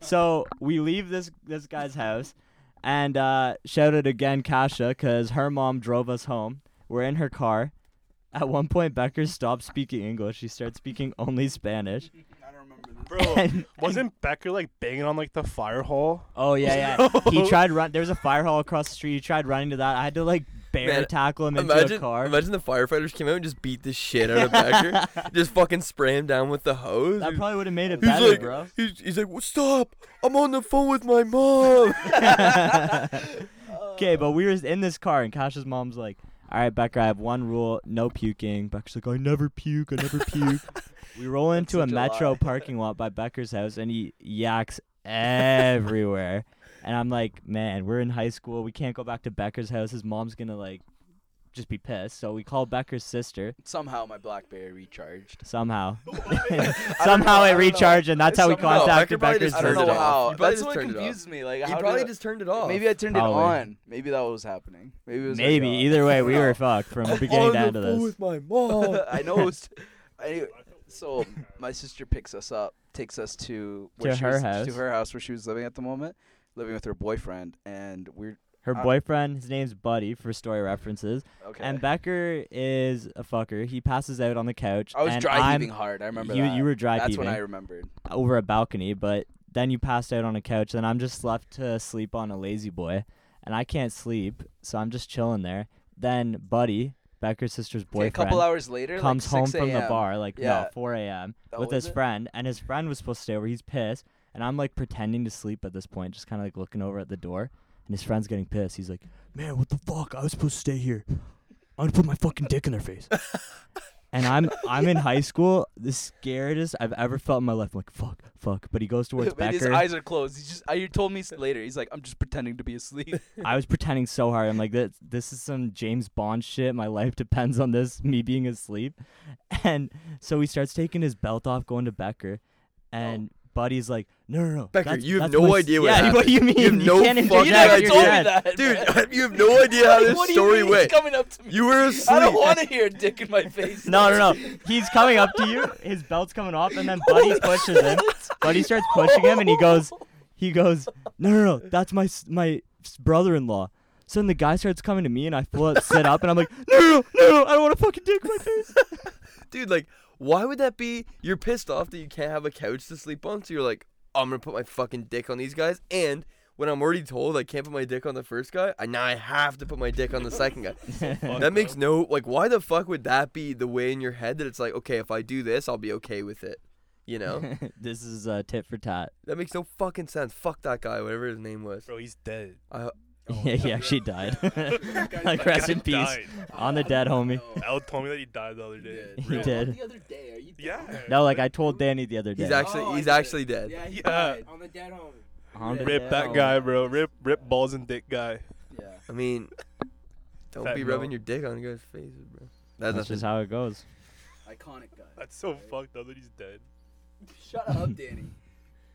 Speaker 5: so we leave this this guy's house and uh shout out again kasha because her mom drove us home we're in her car at one point becker stops speaking english she starts speaking only spanish
Speaker 6: Bro,
Speaker 5: and,
Speaker 6: wasn't Becker like banging on like the fire hall?
Speaker 5: oh yeah yeah he tried run there was a fire hall across the street he tried running to that i had to like bear
Speaker 4: Man,
Speaker 5: tackle him into
Speaker 4: Imagine,
Speaker 5: a car
Speaker 4: imagine the firefighters came out and just beat the shit out of Becker, just fucking spray him down with the hose.
Speaker 5: that probably would have made it
Speaker 4: he's
Speaker 5: better
Speaker 4: like,
Speaker 5: bro
Speaker 4: He's, he's like, "Well, stop! I'm on the phone with my mom.
Speaker 5: Okay, but we were in this car, and Kasha's mom's like, "All right, Becker, I have one rule: no puking." Becker's like, "I never puke. I never puke." we roll into a
Speaker 4: such a lie.
Speaker 5: metro parking lot by Becker's house, and he yaks everywhere. and I'm like, "Man, we're in high school. We can't go back to Becker's house. His mom's gonna like just be pissed." So we call Becker's sister
Speaker 7: Somehow my BlackBerry recharged.
Speaker 5: somehow. somehow
Speaker 7: I
Speaker 5: it
Speaker 7: don't know.
Speaker 5: recharged, and that's how we
Speaker 4: Somehow. Becker
Speaker 5: contacted
Speaker 4: probably
Speaker 5: Becker's
Speaker 4: just
Speaker 7: I don't
Speaker 4: turned
Speaker 5: sister.
Speaker 7: know
Speaker 4: it off.
Speaker 7: how.
Speaker 4: You probably
Speaker 7: That's
Speaker 4: just
Speaker 7: what
Speaker 4: turned it off.
Speaker 7: confuses me. Like,
Speaker 4: he
Speaker 7: how
Speaker 4: probably
Speaker 7: did-
Speaker 4: just turned it off.
Speaker 7: Maybe I turned
Speaker 5: Probably.
Speaker 7: it on. Maybe that was happening. Maybe it was.
Speaker 5: Maybe.
Speaker 7: like, uh,
Speaker 5: Either way, we
Speaker 7: no.
Speaker 5: were fucked from beginning
Speaker 4: on
Speaker 5: to
Speaker 4: the
Speaker 5: end of
Speaker 4: phone
Speaker 5: this.
Speaker 4: with my mom.
Speaker 7: uh, I know. It was, anyway, so my sister picks us up, takes us to where
Speaker 5: To
Speaker 7: she
Speaker 5: her
Speaker 7: was,
Speaker 5: house.
Speaker 7: to her house where she was living at the moment, living with her boyfriend, and we're
Speaker 5: Her
Speaker 7: Uh,
Speaker 5: boyfriend, his name's Buddy for story references.
Speaker 7: okay.
Speaker 5: And Becker is a fucker. He passes out on the couch.
Speaker 7: I was
Speaker 5: and
Speaker 7: dry
Speaker 5: I'm
Speaker 7: heaving hard. I remember
Speaker 5: you-
Speaker 7: that.
Speaker 5: you were dry
Speaker 7: That's when I
Speaker 5: heaving.
Speaker 7: remembered.
Speaker 5: over a balcony, but then you passed out on a couch. Then I'm just left to sleep on a lazy boy, and I can't sleep, so I'm just chilling there. Then Buddy, Becker's sister's
Speaker 7: Okay, a
Speaker 5: boyfriend,
Speaker 7: couple hours later,
Speaker 5: comes
Speaker 7: like
Speaker 5: home
Speaker 7: 6
Speaker 5: from the
Speaker 7: a.m.
Speaker 5: bar like
Speaker 7: Yeah.
Speaker 5: no 4 a.m.
Speaker 7: That
Speaker 5: with
Speaker 7: was
Speaker 5: his
Speaker 7: it?
Speaker 5: friend, and his friend was supposed to stay over. He's pissed, and I'm like pretending to sleep at this point, just kind of like looking over at the door. And his friend's getting pissed. He's like, "Man, what the fuck? I was supposed to stay here. I'm gonna put my fucking dick in their face." and I'm I'm in high school, the scaredest I've ever felt in my life. I'm like, "Fuck, fuck." But he goes towards
Speaker 7: Wait, His
Speaker 5: Becker.
Speaker 7: eyes are closed. He's just. I, you told me s- later. He's like, I'm just pretending to be asleep.
Speaker 5: I was pretending so hard. I'm like, this, this is some James Bond shit. My life depends on this, me being asleep. And so he starts taking his belt off, going to Becker. And buddy's like, no, no, no.
Speaker 4: Oh. Becker,
Speaker 5: that's-
Speaker 4: you have
Speaker 5: that's
Speaker 4: no
Speaker 5: my s-
Speaker 4: idea what
Speaker 5: yeah,
Speaker 4: happened.
Speaker 5: what do you mean?
Speaker 4: You have no
Speaker 5: can't
Speaker 4: fucking
Speaker 5: interject your
Speaker 7: never
Speaker 4: idea.
Speaker 7: told me
Speaker 5: dad.
Speaker 7: that,
Speaker 4: Dude, you have no idea how this
Speaker 7: what do
Speaker 4: story
Speaker 7: you mean he's
Speaker 4: went.
Speaker 7: coming up to me?
Speaker 4: You were asleep.
Speaker 7: I don't want to hear dick in my face.
Speaker 5: No, no, no. He's coming up to you. His belt's coming off, and then Buddy pushes him. Buddy starts pushing him, and he goes, he goes, no, no, no. That's my s- my s- brother-in-law. So then the guy starts coming to me, and I pull up, sit up, and I'm like, no, no, no, no, I don't want to fucking dick in my face.
Speaker 4: Dude, like, why would that be? You're pissed off that you can't have a couch to sleep on, so you're like, I'm gonna put my fucking dick on these guys. And when I'm already told I can't put my dick on the first guy, I now I have to put my dick on the second guy. that makes no like. Why the fuck would that be the way in your head that it's like, okay, if I do this, I'll be okay with it. You know,
Speaker 5: this is uh, tit for tat.
Speaker 4: that makes no fucking sense. Fuck that guy, whatever his name was.
Speaker 6: Bro, he's dead. Oh,
Speaker 4: I,
Speaker 5: yeah, he actually died. like rest in peace,
Speaker 6: Died.
Speaker 5: on the dead, homie.
Speaker 6: Al told me that he died the other day.
Speaker 5: He did.
Speaker 7: other day, are you Oh,
Speaker 6: Yeah.
Speaker 5: No, like I told Danny the other day.
Speaker 4: he's actually he's actually dead.
Speaker 7: he
Speaker 6: Yeah.
Speaker 1: On the dead home.
Speaker 5: Uh, On the
Speaker 6: Rip
Speaker 5: dead
Speaker 6: that
Speaker 5: homie.
Speaker 6: guy, bro. Rip, rip balls and dick guy.
Speaker 7: Yeah.
Speaker 4: I mean, don't
Speaker 6: That
Speaker 4: be
Speaker 6: no.
Speaker 4: rubbing your dick on guys' faces, bro. That's,
Speaker 5: That's
Speaker 4: nothing.
Speaker 5: just how it goes.
Speaker 7: Iconic guy.
Speaker 6: That's so fucked up that he's dead.
Speaker 7: Shut up, Danny.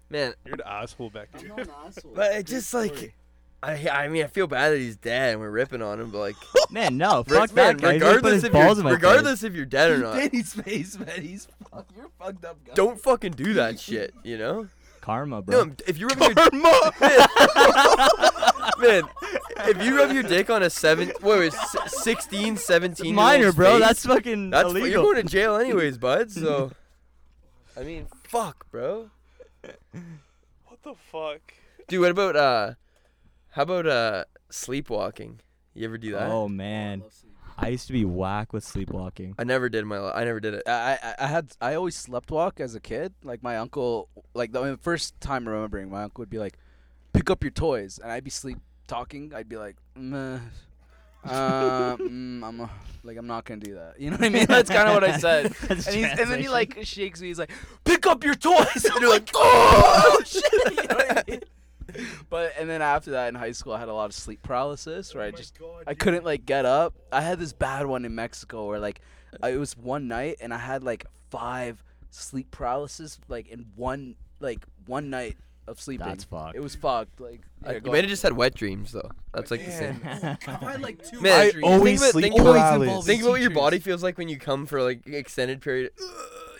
Speaker 4: man.
Speaker 6: You're an asshole back
Speaker 7: I'm
Speaker 6: there.
Speaker 7: not an asshole.
Speaker 4: But it just like, I I mean I feel bad that he's dead and we're ripping on him, but like,
Speaker 5: Man, no,
Speaker 4: re-
Speaker 5: fuck
Speaker 4: man,
Speaker 5: that guy. He's gonna put
Speaker 4: regardless
Speaker 5: his
Speaker 4: if
Speaker 5: balls
Speaker 4: you're
Speaker 5: in my
Speaker 4: regardless if you're dead or not,
Speaker 7: Danny's face, man. He's fuck. You're a fucked up guy.
Speaker 4: don't fucking do that shit. You know?
Speaker 5: face. karma, bro.
Speaker 4: No, if you rub your man, man, if you rub your dick on a seven, what was 16, 17 year
Speaker 5: minor,
Speaker 4: old's
Speaker 5: bro.
Speaker 4: face,
Speaker 5: That's fucking
Speaker 4: that's
Speaker 5: illegal.
Speaker 4: you're going to jail anyways, bud. So, I mean, fuck, bro.
Speaker 6: What the fuck?
Speaker 4: Dude, what about uh, how about uh, sleepwalking? You ever do that?
Speaker 5: Oh man, I used to be whack with sleepwalking.
Speaker 4: I never did in my life. I never did it.
Speaker 7: I, I- I had I always slept walk as a kid. Like my uncle, like the first time remembering, my uncle would be like, "Pick up your toys," and I'd be sleep talking. I'd be like, "Meh, uh, mm, I'm a, like I'm not gonna do that." You know what I mean? That's kind of what I said. and,
Speaker 5: That's
Speaker 7: he's, and then he
Speaker 5: translation.
Speaker 7: like shakes me. He's like, "Pick up your toys." and you're like,
Speaker 4: oh
Speaker 7: shit. You know what I mean? But and then after that in high school, I had a lot of sleep paralysis where I just I couldn't like get up. I had this bad one in Mexico where like I, it was one night and I had like five sleep paralysis like in one like one night of sleeping.
Speaker 5: That's fucked.
Speaker 7: It was fucked. Like yeah,
Speaker 4: you
Speaker 7: go
Speaker 4: might have
Speaker 7: on.
Speaker 4: just had wet dreams though. That's like the same.
Speaker 7: I
Speaker 4: Man,
Speaker 5: always
Speaker 4: think about,
Speaker 5: sleep
Speaker 4: think about,
Speaker 5: paralysis.
Speaker 4: think about what your body feels like when you come for like extended period.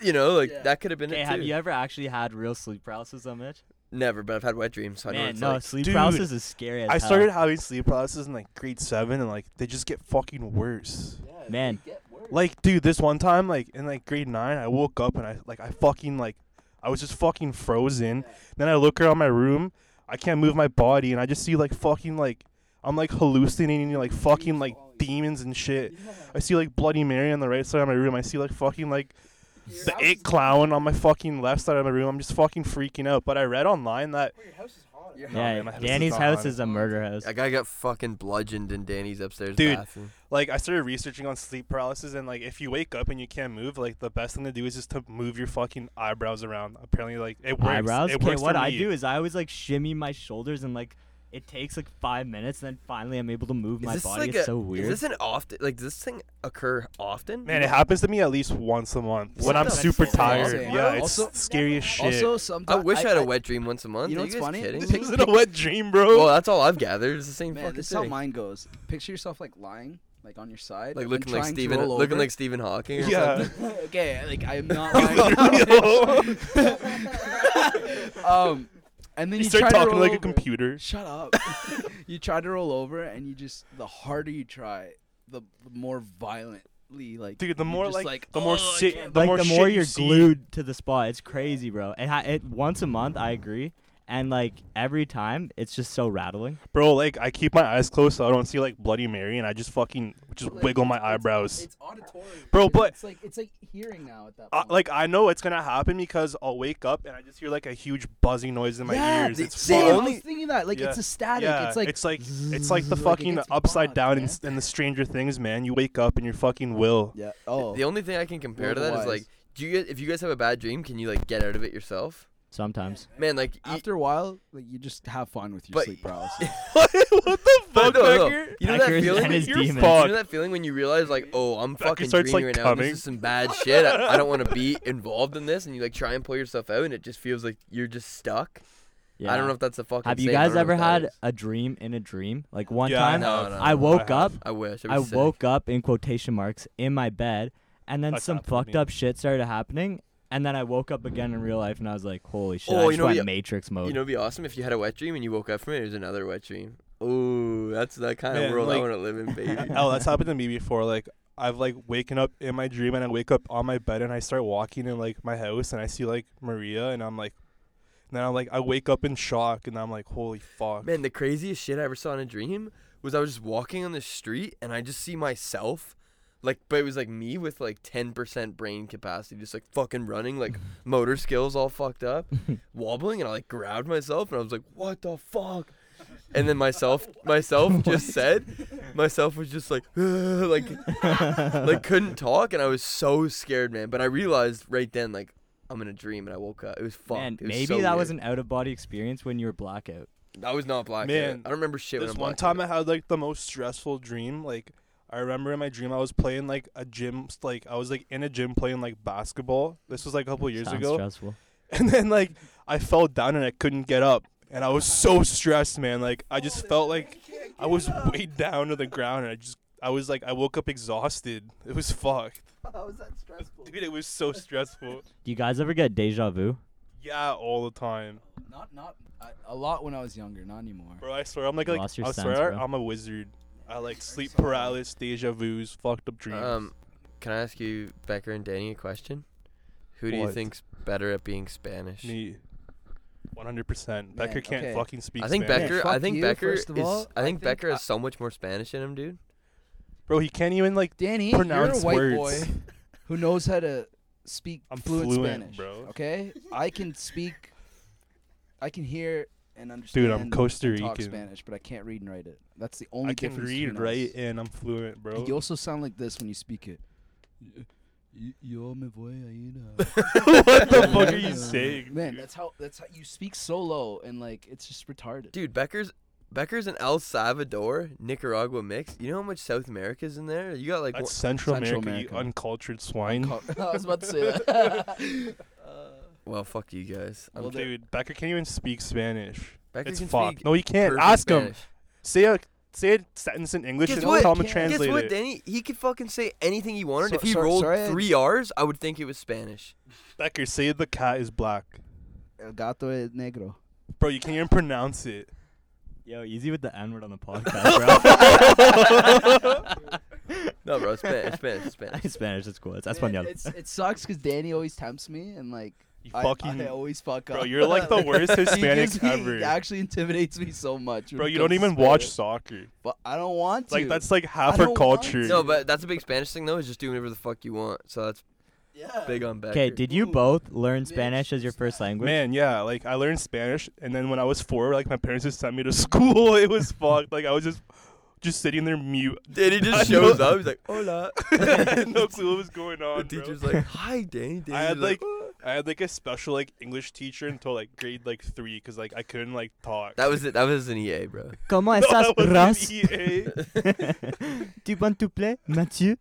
Speaker 4: You know, like
Speaker 7: Yeah.
Speaker 4: that could have been
Speaker 5: Okay,
Speaker 4: it
Speaker 5: have
Speaker 4: too.
Speaker 5: you ever actually had real sleep paralysis on it?
Speaker 4: Never, but I've had wet dreams. So I know what
Speaker 5: Man,
Speaker 4: it's
Speaker 5: no,
Speaker 4: like.
Speaker 5: sleep
Speaker 6: Dude,
Speaker 5: paralysis is scary as
Speaker 6: I
Speaker 5: hell.
Speaker 6: started having sleep paralysis in like grade seven, and like they just get fucking worse.
Speaker 5: Man,
Speaker 6: Like, dude, this one time, like in like grade nine, I woke up and I like I fucking like I was just fucking frozen. Then I look around my room, I can't move my body, and I just see like fucking like I'm like hallucinating like fucking like demons and shit. I see like Bloody Mary on the right side of my room. I see like fucking like the it clown on my fucking left side of my room. I'm just fucking freaking out. But I read online that
Speaker 5: yeah,
Speaker 6: man, my house is
Speaker 5: Danny's
Speaker 6: not
Speaker 5: house
Speaker 6: haunted.
Speaker 5: is a murder house.
Speaker 4: That guy got fucking bludgeoned in Danny's upstairs
Speaker 6: Dude.
Speaker 4: bathroom.
Speaker 6: like I started researching on sleep paralysis and like if you wake up and you can't move, like the best thing to do is just to move your fucking eyebrows around. Apparently, like it works.
Speaker 5: Eyebrows.
Speaker 6: It
Speaker 5: Okay,
Speaker 6: works
Speaker 5: what
Speaker 6: for
Speaker 5: I
Speaker 6: me.
Speaker 5: do is I always like shimmy my shoulders and like it takes like five minutes, and then finally I'm able to move
Speaker 4: Is
Speaker 5: my
Speaker 4: this
Speaker 5: body.
Speaker 4: like
Speaker 5: it's
Speaker 4: a,
Speaker 5: so
Speaker 4: Is
Speaker 5: weird.
Speaker 4: this an often? Like, does this thing occur often?
Speaker 6: Man, it happens to me at least once a month
Speaker 4: What
Speaker 6: when I'm
Speaker 4: the
Speaker 6: super
Speaker 4: fuck?
Speaker 6: tired.
Speaker 7: Also-
Speaker 6: Yeah, it's
Speaker 7: also-
Speaker 6: scary as shit.
Speaker 7: also
Speaker 4: I
Speaker 7: sometimes
Speaker 4: wish I, had a wet dream once a month.
Speaker 7: You know
Speaker 4: Are
Speaker 7: what's
Speaker 4: guys
Speaker 7: funny?
Speaker 4: kidding
Speaker 7: This
Speaker 4: me?
Speaker 6: is it a wet dream, bro?
Speaker 4: Well, that's all I've gathered. It's the same
Speaker 7: Man,
Speaker 4: fucking
Speaker 7: this is how
Speaker 4: thing.
Speaker 7: mine goes. Picture yourself like lying, like on your side,
Speaker 4: like
Speaker 7: and
Speaker 4: looking like
Speaker 7: trying to
Speaker 4: Stephen,
Speaker 7: roll
Speaker 4: looking
Speaker 7: over.
Speaker 4: like Stephen Hawking. Or
Speaker 6: yeah.
Speaker 4: something.
Speaker 7: okay, like I'm not lying. um, and then
Speaker 6: you
Speaker 7: you,
Speaker 6: start
Speaker 7: try to
Speaker 6: talking
Speaker 7: roll
Speaker 6: like a
Speaker 7: over.
Speaker 6: computer.
Speaker 7: Shut up. you try to roll over, and you just the harder you try, the, the more violently like.
Speaker 6: Dude, the
Speaker 7: you're
Speaker 6: more
Speaker 7: just
Speaker 6: like,
Speaker 7: like
Speaker 6: the more
Speaker 7: "Ugh, I
Speaker 6: sick,
Speaker 7: can't."
Speaker 6: the
Speaker 5: like
Speaker 6: more
Speaker 5: the more
Speaker 6: shit you
Speaker 5: you're
Speaker 6: see.
Speaker 5: glued to the spot, it's crazy, bro. It, ha- it once a month, I agree, and like every time, it's just so rattling.
Speaker 6: bro. Like I keep my eyes closed so I don't see like Bloody Mary, and I just fucking just wiggle my eyebrows.
Speaker 7: It's auditory,
Speaker 6: Bro, but-
Speaker 7: it's like it's like hearing now at that
Speaker 6: I,
Speaker 7: point.
Speaker 6: like I know it's gonna happen because I'll wake up and I just hear like a huge buzzing noise in my
Speaker 7: yeah,
Speaker 6: ears.
Speaker 7: the-
Speaker 6: It's
Speaker 7: same.
Speaker 6: fucked.
Speaker 7: I was thinking that like
Speaker 6: Yeah,
Speaker 7: it's a static.
Speaker 6: yeah,
Speaker 7: it's like
Speaker 6: it's like it's like the
Speaker 7: Like, it
Speaker 6: fucking
Speaker 7: gets
Speaker 6: upside
Speaker 7: bogged,
Speaker 6: down in,
Speaker 7: yeah.
Speaker 6: s- in the Stranger Things, man. You wake up and you're fucking will.
Speaker 7: yeah. Oh,
Speaker 4: The only thing I can compare to that is
Speaker 7: Worldwide.
Speaker 4: like, do you guys, if you guys have a bad dream, can you like get out of it yourself?
Speaker 5: Sometimes.
Speaker 4: Man, like e-
Speaker 7: After a while, like you just have fun with your
Speaker 4: But-
Speaker 7: sleep paralysis.
Speaker 6: what the fuck,
Speaker 4: no, no.
Speaker 6: Becker?
Speaker 4: You know that
Speaker 5: Packers
Speaker 4: feeling?
Speaker 5: and his
Speaker 4: You're
Speaker 5: demons.
Speaker 4: fucked. You
Speaker 6: Fuck.
Speaker 4: know that feeling when you realize like, oh, I'm fucking
Speaker 6: starts,
Speaker 4: green
Speaker 6: like,
Speaker 4: right now.
Speaker 6: coming.
Speaker 4: This is some bad shit. I, I don't want to be involved in this, and you like try and pull yourself out, and it just feels like you're just stuck.
Speaker 5: Yeah.
Speaker 4: I don't know if that's a fucking.
Speaker 5: Have you
Speaker 4: saying. I
Speaker 5: guys
Speaker 4: don't know
Speaker 5: ever
Speaker 4: what that
Speaker 5: had
Speaker 4: is.
Speaker 5: a dream in a dream? Like one
Speaker 6: Yeah, I
Speaker 5: time,
Speaker 6: know.
Speaker 4: No, no,
Speaker 5: I
Speaker 4: no,
Speaker 5: woke
Speaker 6: I
Speaker 5: up,
Speaker 6: have.
Speaker 4: I wish. That'd be
Speaker 5: I
Speaker 4: sick.
Speaker 5: woke up in quotation marks in my bed, and then
Speaker 6: That's
Speaker 5: some
Speaker 6: happened to
Speaker 5: fucked
Speaker 6: me.
Speaker 5: up shit started happening, and then I woke up again in real life, and I was like, "Holy shit!"
Speaker 4: Oh,
Speaker 5: I
Speaker 4: you
Speaker 5: just
Speaker 4: know,
Speaker 5: went
Speaker 4: yeah.
Speaker 5: Matrix mode.
Speaker 4: You know, it'd be awesome if you had a wet dream and you woke up from it. It was another wet dream. Ooh, that's that kind of
Speaker 6: Man,
Speaker 4: world I
Speaker 6: like-
Speaker 4: want to live in, baby.
Speaker 6: Oh, that's happened to me before. Like I've like waken up in my dream and I wake up on my bed and I start walking in like my house and I see like Maria and I'm like, and then I'm like I wake up in shock and I'm like holy fuck.
Speaker 4: Man, the craziest shit I ever saw in a dream was I was just walking on the street and I just see myself, like, but it was like me with like 10% brain capacity, just like fucking running, like motor skills all fucked up, wobbling, and I like grabbed myself and I was like, what the fuck? And then myself, myself just said, myself was just like, like, like couldn't talk, and I was so scared, man. But I realized right then, like, I'm in a dream, and I woke up. It was fucked.
Speaker 5: Man,
Speaker 4: It was
Speaker 5: maybe
Speaker 4: so
Speaker 5: that
Speaker 4: weird.
Speaker 5: was an out of body experience when you were blackout.
Speaker 4: I was not black.
Speaker 6: Man,
Speaker 4: I don't remember shit.
Speaker 6: this
Speaker 4: when I'm
Speaker 6: one
Speaker 4: blacked out.
Speaker 6: time I had like the most stressful dream. Like I remember in my dream I was playing like a gym, like I was like in a gym playing like basketball. This was like a couple years
Speaker 5: Sounds
Speaker 6: ago,
Speaker 5: stressful.
Speaker 6: and then like I fell down and I couldn't get up, and I was so stressed, man. Like I just felt like I was weighed down to the ground, and I just I was like I woke up exhausted. It was fucked. How was that stressful? Dude, it was so stressful.
Speaker 5: Do you guys ever get deja vu?
Speaker 6: yeah, all the time,
Speaker 7: not not I, a lot when I was younger, not anymore.
Speaker 6: bro. I swear I'm like like
Speaker 5: Lost your
Speaker 6: I
Speaker 5: sense,
Speaker 6: swear
Speaker 5: bro.
Speaker 6: I'm a wizard. I like sleep paralysis, deja vu's, fucked up dreams.
Speaker 4: Um, can I ask you, Becker and Danny, a question? Who do you
Speaker 6: What?
Speaker 4: think's better at being Spanish?
Speaker 6: Me. 100%.
Speaker 7: Man,
Speaker 6: Becker can't
Speaker 7: okay.
Speaker 6: fucking speak
Speaker 4: I think
Speaker 6: Spanish.
Speaker 4: Becker.
Speaker 7: fuck
Speaker 4: I think
Speaker 7: you,
Speaker 4: Becker is.
Speaker 7: first of all.
Speaker 4: I
Speaker 7: I
Speaker 4: think
Speaker 7: think
Speaker 4: Becker
Speaker 7: I-
Speaker 4: has so much more Spanish in him, dude.
Speaker 6: Bro, he can't even like
Speaker 7: Danny,
Speaker 6: pronounce
Speaker 7: you're a white
Speaker 6: words.
Speaker 7: boy who knows how to speak
Speaker 6: I'm
Speaker 7: fluent,
Speaker 6: fluent,
Speaker 7: Spanish.
Speaker 6: bro.
Speaker 7: Okay, I can speak, I can hear and understand.
Speaker 6: Dude, I'm Costa
Speaker 7: and Talk
Speaker 6: Rican.
Speaker 7: Spanish, but I can't read and write it. That's the only
Speaker 6: I can
Speaker 7: difference.
Speaker 6: read,
Speaker 7: between us.
Speaker 6: write, and I'm fluent, bro.
Speaker 7: You also sound like this when you speak it. Yo me voy a ir a-
Speaker 6: what the fuck are you saying?
Speaker 7: Man, that's how that's how you speak so low and like it's just retarded.
Speaker 4: Dude, Becker's. Becker's an El Salvador Nicaragua mix. You know how much South America's in there? You got like
Speaker 6: That's
Speaker 4: one,
Speaker 6: Central,
Speaker 7: Central
Speaker 6: America, you
Speaker 7: America.
Speaker 6: uncultured swine.
Speaker 7: Co- I was about to say that. Uh,
Speaker 4: well, fuck you guys. I'm-
Speaker 7: Well, there-
Speaker 6: Dude, Becker can't even speak Spanish.
Speaker 4: Becker
Speaker 6: it's
Speaker 4: can
Speaker 6: fucked.
Speaker 4: speak
Speaker 6: No, he can't.
Speaker 4: perfect
Speaker 6: Ask him.
Speaker 4: Spanish.
Speaker 6: Say a say a sentence in English
Speaker 4: Guess
Speaker 6: and
Speaker 4: what?
Speaker 6: tell him to
Speaker 7: Guess
Speaker 6: translate
Speaker 4: Guess what,
Speaker 6: it.
Speaker 4: Danny? He could fucking say anything he wanted.
Speaker 7: So-
Speaker 4: if he
Speaker 7: so-
Speaker 4: rolled
Speaker 7: sorry, I-
Speaker 4: three R's, I would think it was Spanish.
Speaker 6: Becker, say the cat is black.
Speaker 7: El gato es negro.
Speaker 6: Bro, you can't even pronounce it.
Speaker 5: Yo, easy with the N word on the podcast,
Speaker 4: No, bro, Spanish, Spanish,
Speaker 5: bro.
Speaker 4: Spanish.
Speaker 5: Spanish, that's cool. It's
Speaker 7: Man,
Speaker 5: español.
Speaker 7: it's, it sucks because Danny always tempts me and like
Speaker 6: You
Speaker 7: I,
Speaker 6: fucking
Speaker 7: I always fuck up.
Speaker 6: Bro, you're like the worst
Speaker 7: He
Speaker 6: Hispanic
Speaker 7: gives me-
Speaker 6: ever.
Speaker 7: He actually intimidates me so much. when
Speaker 6: Bro,
Speaker 7: it
Speaker 6: you
Speaker 7: comes
Speaker 6: don't
Speaker 7: to
Speaker 6: even
Speaker 7: Spanish.
Speaker 6: watch soccer.
Speaker 7: But I don't want to.
Speaker 6: Like that's like half our
Speaker 7: don't want
Speaker 6: culture.
Speaker 7: to.
Speaker 4: No, but that's a big Spanish thing though. Is just do whatever the fuck you want. So that's
Speaker 7: yeah.
Speaker 4: big on Becker.
Speaker 5: Okay, did you both learn
Speaker 7: bitch,
Speaker 5: Spanish as your first language?
Speaker 6: Man, yeah, like I learned Spanish, and then when I was four, like my parents just sent me to school. It was fucked. Like I was just, just sitting there mute,
Speaker 4: Danny
Speaker 6: I
Speaker 4: just shows
Speaker 6: know-
Speaker 4: up. He's like, "Hola."
Speaker 6: no clue what was going
Speaker 4: The
Speaker 6: on. bro.
Speaker 4: teacher's like, "Hi, Danny." Danny's
Speaker 6: I had like,
Speaker 4: "Oh."
Speaker 6: I had like a special like English teacher until like grade like three, cause like I couldn't like talk.
Speaker 4: that was it. That was an EA, bro.
Speaker 5: Comment
Speaker 6: No,
Speaker 5: estás,
Speaker 6: that wasn't
Speaker 5: Ras?
Speaker 6: EA.
Speaker 5: tu bon tu plais, Mathieu?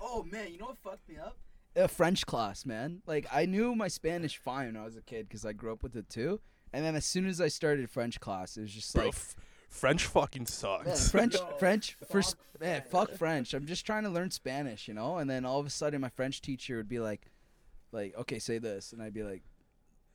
Speaker 7: Oh man, you know what fucked me up? A French class, man. Like I knew my Spanish fine when I was a kid because I grew up with it too. And then as soon as I started French class, it was just
Speaker 6: Bro,
Speaker 7: like
Speaker 6: f- French fucking
Speaker 7: man,
Speaker 6: sucks.
Speaker 7: French, French, first, man, fuck French. I'm just trying to learn Spanish, you know. And then all of a sudden, my French teacher would be like, like, okay, say this, and I'd be like,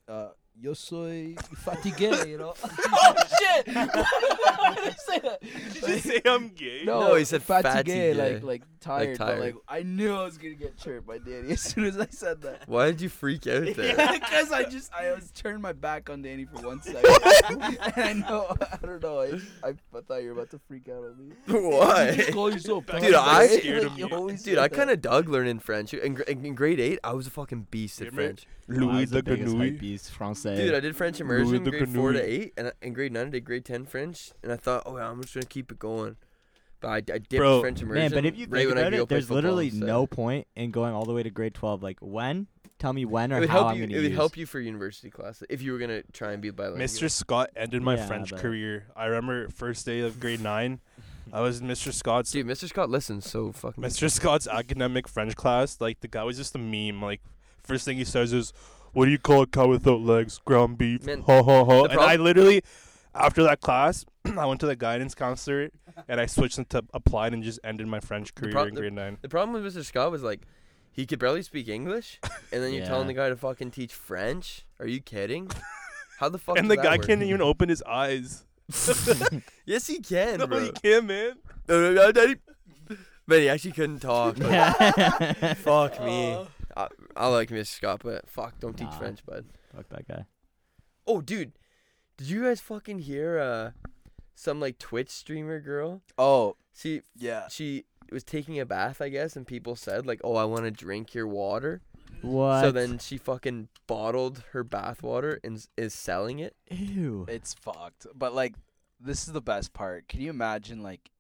Speaker 7: uh, yo soy fatigué, you know. oh shit! Why did I say that?
Speaker 6: Did you say I'm gay?
Speaker 4: No, he said fatigué.
Speaker 7: like like tired,
Speaker 4: tired.
Speaker 7: But, like I knew I was gonna get chirped by Danny as soon as I said that.
Speaker 4: Why did you freak out there?
Speaker 7: Because I just I was turned my back on Danny for one second, and I know I don't know I, I, I thought you were about to freak out on me.
Speaker 4: Why?
Speaker 7: You just call yourself
Speaker 6: Dude,
Speaker 7: fat,
Speaker 4: I-
Speaker 7: right?
Speaker 6: scared of
Speaker 7: you
Speaker 6: you.
Speaker 7: always
Speaker 4: Dude,
Speaker 7: do
Speaker 4: I
Speaker 7: that.
Speaker 4: kind of dug learning French. In, gr- in grade eight, I was a fucking beast at
Speaker 6: Remember?
Speaker 4: French.
Speaker 5: I
Speaker 6: Louis
Speaker 5: was the
Speaker 6: the
Speaker 5: biggest hype
Speaker 6: Ganouille.
Speaker 5: beast, Francais.
Speaker 4: Dude, I did French
Speaker 6: Louis
Speaker 4: immersion
Speaker 6: de
Speaker 4: grade four to
Speaker 6: Grenouille.
Speaker 4: eight, and in grade nine I did grade ten French, and I thought, oh, well, I'm just gonna keep it going. But I, I dipped
Speaker 6: Bro,
Speaker 4: French immersion.
Speaker 5: Man, but if you
Speaker 4: right
Speaker 5: think
Speaker 4: when I
Speaker 5: about
Speaker 4: could go
Speaker 5: it,
Speaker 4: play
Speaker 5: there's
Speaker 4: football,
Speaker 5: literally
Speaker 4: so-
Speaker 5: no point in going all the way to grade 12. Like, when tell me when
Speaker 4: It
Speaker 5: or
Speaker 4: would
Speaker 5: how
Speaker 4: help
Speaker 5: I'm
Speaker 4: you.
Speaker 5: gonna
Speaker 4: It would
Speaker 5: use.
Speaker 4: help you for university class if you were gonna try and be bilingual.
Speaker 6: Mr. Scott ended my
Speaker 5: Yeah,
Speaker 6: French
Speaker 5: but-
Speaker 6: career. I remember first day of grade nine, I was in Mr. Scott's
Speaker 4: Dude, Mr. Scott listens so fucking.
Speaker 6: Mr. Scott's academic French class, like the guy was just a meme. Like first thing he says is, "What do you call a cow without legs? Ground beef."
Speaker 4: Man,
Speaker 6: ha ha ha.
Speaker 4: the
Speaker 6: And I
Speaker 4: prob-
Speaker 6: literally, after that class, I went to the guidance counselor and I switched into applied and just ended my French career
Speaker 4: prob-
Speaker 6: in grade nine.
Speaker 4: The problem with Mr. Scott was like, he could barely speak English, and then you're telling
Speaker 5: Yeah.
Speaker 4: the guy to fucking teach French. Are you kidding? How the fuck?
Speaker 6: And the
Speaker 4: does that
Speaker 6: guy
Speaker 4: work?
Speaker 6: can't even open his eyes.
Speaker 4: Yes, he can,
Speaker 6: no,
Speaker 4: bro.
Speaker 6: he can't, man.
Speaker 4: No, no, no, daddy. But he actually couldn't talk. like,
Speaker 5: Yeah.
Speaker 4: fuck me. I, I like Mr. Scott, but fuck, don't teach
Speaker 5: Nah.
Speaker 4: French, bud.
Speaker 5: Fuck that guy.
Speaker 4: Oh, dude, did you guys fucking hear uh, some like Twitch streamer girl?
Speaker 7: Oh
Speaker 4: She
Speaker 7: yeah.
Speaker 4: she was taking a bath, I guess, and people said like, "Oh, I want to drink your water."
Speaker 5: What?
Speaker 4: So then she fucking bottled her bath water and s- is selling it.
Speaker 5: ew.
Speaker 7: It's fucked. But like, this is the best part. Can you imagine like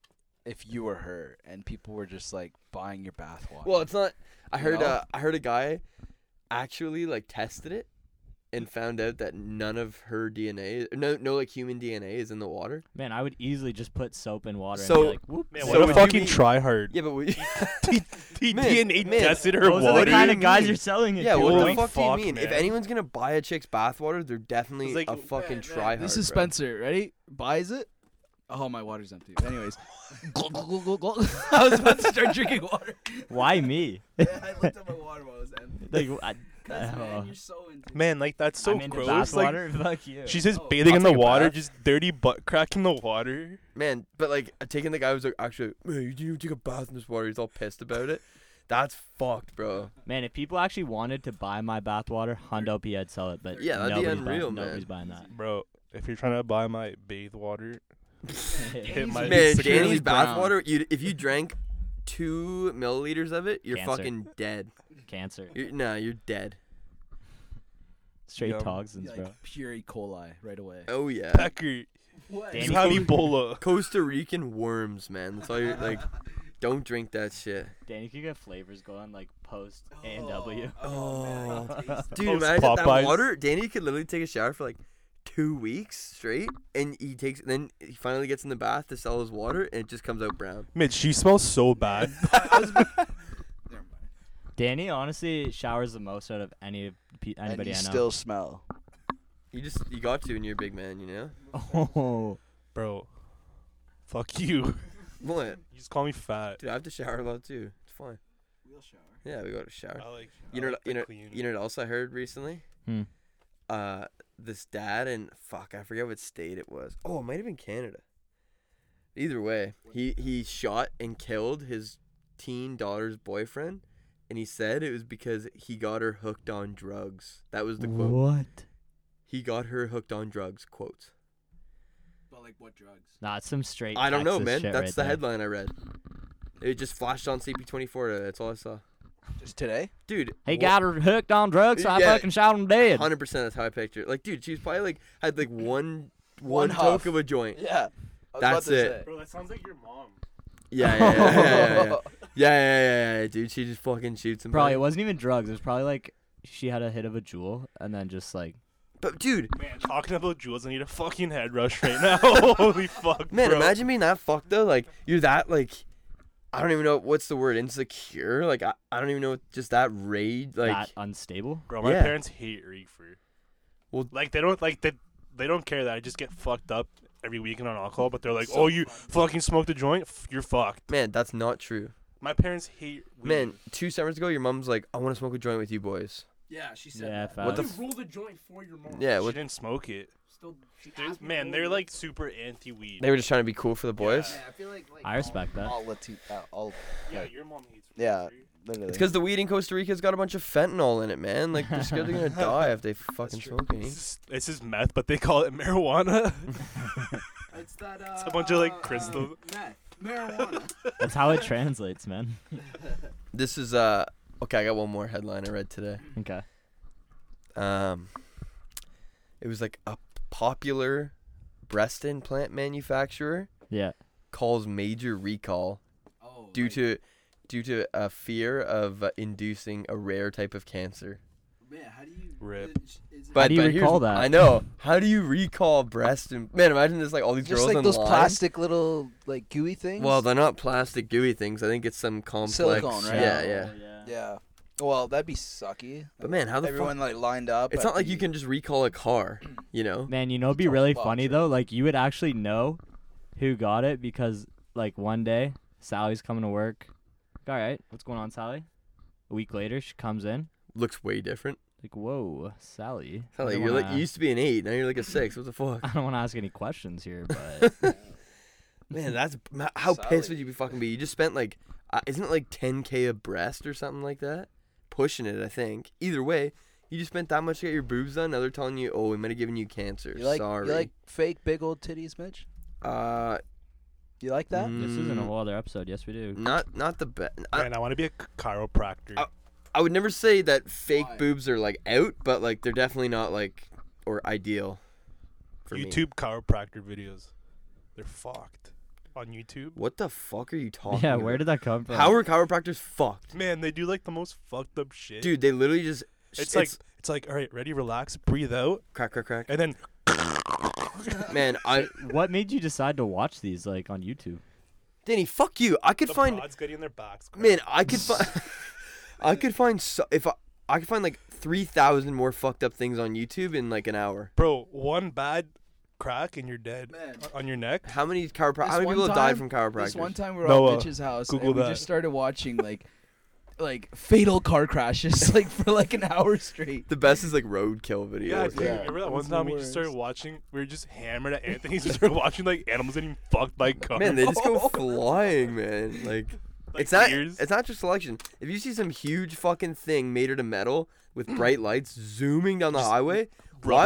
Speaker 7: if you were her and people were just like buying your bathwater?
Speaker 4: Well, it's not. I
Speaker 7: You
Speaker 4: heard.
Speaker 7: know?
Speaker 4: Uh, I heard a guy actually like tested it and found out that none of her DNA, no, no, like human DNA is in the water.
Speaker 5: Man, I would easily just put soap and water
Speaker 4: So-
Speaker 5: and be like, whoop.
Speaker 6: Man,
Speaker 4: So
Speaker 6: what
Speaker 4: what
Speaker 6: a
Speaker 4: do
Speaker 6: fucking
Speaker 4: you mean-
Speaker 6: tryhard.
Speaker 4: Yeah, but we.
Speaker 6: He
Speaker 4: Man,
Speaker 6: DNA
Speaker 4: man,
Speaker 6: tested her
Speaker 5: Those are
Speaker 6: water.
Speaker 5: the kind of
Speaker 4: you
Speaker 5: guys
Speaker 4: mean?
Speaker 5: you're selling it
Speaker 4: yeah,
Speaker 5: to.
Speaker 4: what
Speaker 5: bro.
Speaker 4: the
Speaker 6: Holy
Speaker 4: fuck,
Speaker 6: fuck,
Speaker 4: do you mean? If
Speaker 6: man.
Speaker 4: anyone's gonna buy a chick's bathwater, they're definitely
Speaker 6: like-
Speaker 4: a fucking tryhard.
Speaker 7: This is
Speaker 4: bro.
Speaker 7: Spencer. Ready? Buys it. Oh, my water's empty. Anyways, Glug, glug, glug, glug, glug. I was about to start drinking water.
Speaker 5: Why me?
Speaker 7: I looked at my water while it was empty.
Speaker 5: Like, I,
Speaker 7: That's
Speaker 5: oh.
Speaker 7: man, you're so into.
Speaker 6: Man, like that's so
Speaker 5: I'm into
Speaker 6: gross. Like
Speaker 5: bathwater. Fuck you.
Speaker 6: she's just
Speaker 7: Oh,
Speaker 6: bathing
Speaker 4: I'll
Speaker 6: in the
Speaker 4: take a
Speaker 6: water,
Speaker 4: bath.
Speaker 6: just dirty butt crack in the water.
Speaker 4: Man, but like uh, taking the guy was like actually, man, you didn't even take a bath in this water. He's all pissed about it. That's fucked, bro.
Speaker 5: Man, if people actually wanted to buy my bathwater, Hundo P, I'd sell it. But
Speaker 4: Yeah, that'd be
Speaker 5: nobody's
Speaker 4: unreal,
Speaker 5: buying,
Speaker 4: man.
Speaker 5: Nobody's buying that.
Speaker 6: Bro, if you're trying to buy my bathe water, hit my
Speaker 7: Man,
Speaker 4: Man,
Speaker 7: It's
Speaker 4: Danny's
Speaker 7: clearly brown.
Speaker 4: bathwater. You, if you drank two milliliters of it, you're
Speaker 5: Cancer.
Speaker 4: fucking dead.
Speaker 5: Cancer.
Speaker 4: You're, nah, you're dead.
Speaker 5: Straight
Speaker 6: Yum.
Speaker 5: toxins,
Speaker 7: Like
Speaker 5: bro.
Speaker 7: pure E. coli right away.
Speaker 4: Oh yeah.
Speaker 6: Pecker,
Speaker 7: What?
Speaker 5: Danny
Speaker 6: you have
Speaker 5: Cool-
Speaker 6: Ebola.
Speaker 4: Costa Rican worms, man. That's all you're like. Don't drink that shit,
Speaker 5: Danny could get flavors going like post
Speaker 6: Oh.
Speaker 5: A and W.
Speaker 4: dude.
Speaker 6: Post
Speaker 4: imagine that
Speaker 6: Popeyes.
Speaker 4: water. Danny could literally take a shower for like two weeks straight, and he takes. Then he finally gets in the bath to sell his water, and it just comes out brown.
Speaker 6: Man, she smells so bad.
Speaker 5: Danny honestly showers the most out of any of pe- anybody I know.
Speaker 7: smell.
Speaker 4: You just you got to, and you're a big man, you know.
Speaker 5: oh,
Speaker 6: Bro, fuck you. You
Speaker 4: What,
Speaker 6: just call me fat.
Speaker 4: dude? I have to shower a lot too. It's fine. Yeah, we go to shower.
Speaker 6: like,
Speaker 4: You know, you know, you know. What else I heard recently?
Speaker 5: Hmm.
Speaker 4: Uh, this dad and fuck, I forget what state it was. Oh, it might have been Canada. Either way, he he shot and killed his teen daughter's boyfriend, and he said it was because he got her hooked on drugs. That was the quote.
Speaker 5: what?
Speaker 4: He got her hooked on drugs. Quote.
Speaker 7: But like what drugs?
Speaker 5: Not some straight.
Speaker 4: I don't know,
Speaker 5: Texas
Speaker 4: man.
Speaker 5: shit
Speaker 4: That's
Speaker 5: right
Speaker 4: the
Speaker 5: there.
Speaker 4: headline I read. It just flashed on CP24. today, That's all I saw.
Speaker 7: Just today?
Speaker 4: Dude,
Speaker 5: He
Speaker 4: wha-
Speaker 5: got her hooked on drugs, so I
Speaker 4: Yeah.
Speaker 5: fucking shot him dead.
Speaker 4: Hundred percent. That's how I picture. it. Like, dude, she was probably like had like one one
Speaker 7: One
Speaker 4: toke
Speaker 7: huff.
Speaker 4: of a joint.
Speaker 7: Yeah.
Speaker 4: That's it.
Speaker 6: Bro, that sounds like your mom.
Speaker 4: Yeah, yeah, yeah, yeah, yeah, yeah, yeah, yeah, yeah, yeah, dude. She just fucking shoots him.
Speaker 5: Probably it wasn't even drugs. It was probably like she had a hit of a jewel and then just like
Speaker 4: But dude,
Speaker 6: Man, talking about jewels, I need a fucking head rush right now. Holy fuck,
Speaker 4: man,
Speaker 6: bro.
Speaker 4: imagine being that fucked though. Like you're that like, I don't even know what's the word insecure. Like I, I don't even know. Just that rage. Like
Speaker 5: that unstable.
Speaker 6: Bro, my
Speaker 4: Yeah.
Speaker 6: parents hate reefer.
Speaker 4: Well-
Speaker 6: like they don't like they, they don't care that I just get fucked up every weekend on alcohol, but they're like, "Oh, you fucking smoked a joint? F- You're fucked."
Speaker 4: man, that's not true.
Speaker 6: My parents hate weed.
Speaker 4: Man, two summers ago, your mom's like, I want to smoke a joint with you boys.
Speaker 7: Yeah, she
Speaker 5: Yeah,
Speaker 4: What the
Speaker 5: facts.
Speaker 4: f-
Speaker 8: the joint for your mom.
Speaker 4: yeah?
Speaker 6: she
Speaker 4: What,
Speaker 6: didn't smoke it.
Speaker 8: Still, she
Speaker 6: They're-
Speaker 8: asked me
Speaker 6: man,
Speaker 8: for
Speaker 6: they're
Speaker 8: it.
Speaker 6: like super anti weed.
Speaker 4: they were just trying to be cool for the boys.
Speaker 7: I feel like, like
Speaker 5: I respect that.
Speaker 7: all Latin, uh, all
Speaker 6: Yeah, your mom hates.
Speaker 7: yeah, literally.
Speaker 4: It's because the weed in Costa Rica's got a bunch of fentanyl in it, man. Like they're scared they're gonna die if they fucking smoke any.
Speaker 6: This is, this is meth, but they call it marijuana.
Speaker 8: It's that. Uh,
Speaker 6: a bunch of, like,
Speaker 8: uh,
Speaker 6: crystal-
Speaker 8: meth, marijuana.
Speaker 5: That's how it translates, man.
Speaker 4: This is uh okay. I got one more headline I read today.
Speaker 5: Okay.
Speaker 4: Um, it was like a popular breast implant manufacturer
Speaker 5: Yeah.
Speaker 4: calls major recall
Speaker 7: oh,
Speaker 4: due to due to a fear of uh, inducing a rare type of cancer.
Speaker 8: Man, how do you
Speaker 6: Rip.
Speaker 8: Is, is it-
Speaker 4: But,
Speaker 5: do you
Speaker 4: but here's-
Speaker 5: recall that?
Speaker 4: I know. How do you recall breast and man? Imagine there's like all these
Speaker 9: Just
Speaker 4: girls
Speaker 9: like those
Speaker 4: online.
Speaker 9: plastic little like gooey things.
Speaker 4: Well, they're not plastic gooey things. I think it's some complex.
Speaker 9: Silicone, right?
Speaker 4: Yeah,
Speaker 5: Oh,
Speaker 4: yeah.
Speaker 9: yeah. Well, that'd be sucky.
Speaker 4: But man, how the fuck?
Speaker 9: Everyone like lined up.
Speaker 4: It's
Speaker 9: at
Speaker 4: not like you
Speaker 9: the-
Speaker 4: can just recall a car, you know?
Speaker 5: Man, you know, it'd be
Speaker 9: It's all
Speaker 5: really
Speaker 9: fucked,
Speaker 5: funny
Speaker 9: right?
Speaker 5: though. Like you would actually know who got it because, like, one day Sally's coming to work. All right, what's going on, Sally? A week later, she comes in.
Speaker 4: Looks way different.
Speaker 5: Like, whoa, Sally.
Speaker 4: It's not
Speaker 5: I
Speaker 4: like
Speaker 5: don't
Speaker 4: you're like
Speaker 5: wanna-
Speaker 4: you used to be an eight, now you're like a six. What the fuck?
Speaker 5: I don't want to ask any questions here, but
Speaker 4: Man, that's ma- how pissed would
Speaker 9: Solid.
Speaker 4: you be fucking be? You just spent like, uh, isn't it like 10k a breast or something like that? Pushing it, I think. Either way, you just spent that much to get your boobs done. Now they're telling you, oh, we might have given you cancer.
Speaker 9: You like
Speaker 4: Sorry.
Speaker 9: you like fake big old titties, Mitch?
Speaker 4: uh,
Speaker 9: You like that?
Speaker 5: this isn't a
Speaker 4: mm,
Speaker 5: whole other episode. Yes, we do.
Speaker 4: Not not the best. I,
Speaker 6: Man, I want to be a ch- chiropractor.
Speaker 4: I- I would never say that fake
Speaker 8: Why?
Speaker 4: boobs are like out, but like they're definitely not like or ideal. For me.
Speaker 6: YouTube chiropractor videos. They're fucked on YouTube.
Speaker 4: What the fuck are you talking?
Speaker 5: Yeah,
Speaker 4: about?
Speaker 5: where did that come from?
Speaker 4: Mm. How are chiropractors fucked?
Speaker 6: Man, they do like the most fucked up shit.
Speaker 4: Dude, they literally just
Speaker 6: it's, like it's like all right, ready, relax, breathe out,
Speaker 4: crack crack crack.
Speaker 6: and then
Speaker 4: Man, I
Speaker 5: what made you decide to watch these like on YouTube?
Speaker 4: Danny, fuck you. I could
Speaker 6: the
Speaker 4: find
Speaker 6: pods getting their backs. cracked.
Speaker 4: man, I could find I could find so, if I I could find like 3000 more fucked up things on YouTube in like an hour.
Speaker 6: bro, one bad crack and you're dead
Speaker 8: Man.
Speaker 6: O- on your neck.
Speaker 4: How many chiropractors
Speaker 7: This
Speaker 4: How many
Speaker 7: one
Speaker 4: people have died from
Speaker 7: time-
Speaker 4: chiropractors?
Speaker 7: This one time we were
Speaker 6: Noah,
Speaker 7: at Mitch's house
Speaker 6: Google
Speaker 7: and we
Speaker 6: that.
Speaker 7: just started watching like like fatal car crashes like for like an hour straight.
Speaker 4: the best is like roadkill videos.
Speaker 6: Yeah, dude,
Speaker 4: Like,
Speaker 9: Yeah.
Speaker 6: remember that
Speaker 7: That
Speaker 6: one
Speaker 7: was the
Speaker 6: time we just started
Speaker 7: worst.
Speaker 6: watching? We were just hammered at Anthony's. We started watching like animals getting fucked by cars.
Speaker 4: Man, they just go flying, man. Like
Speaker 6: Like,
Speaker 4: it's not
Speaker 6: ears.
Speaker 4: it's not just selection. If you see some huge fucking thing made out of metal with bright lights zooming down the
Speaker 6: Just
Speaker 4: highway, why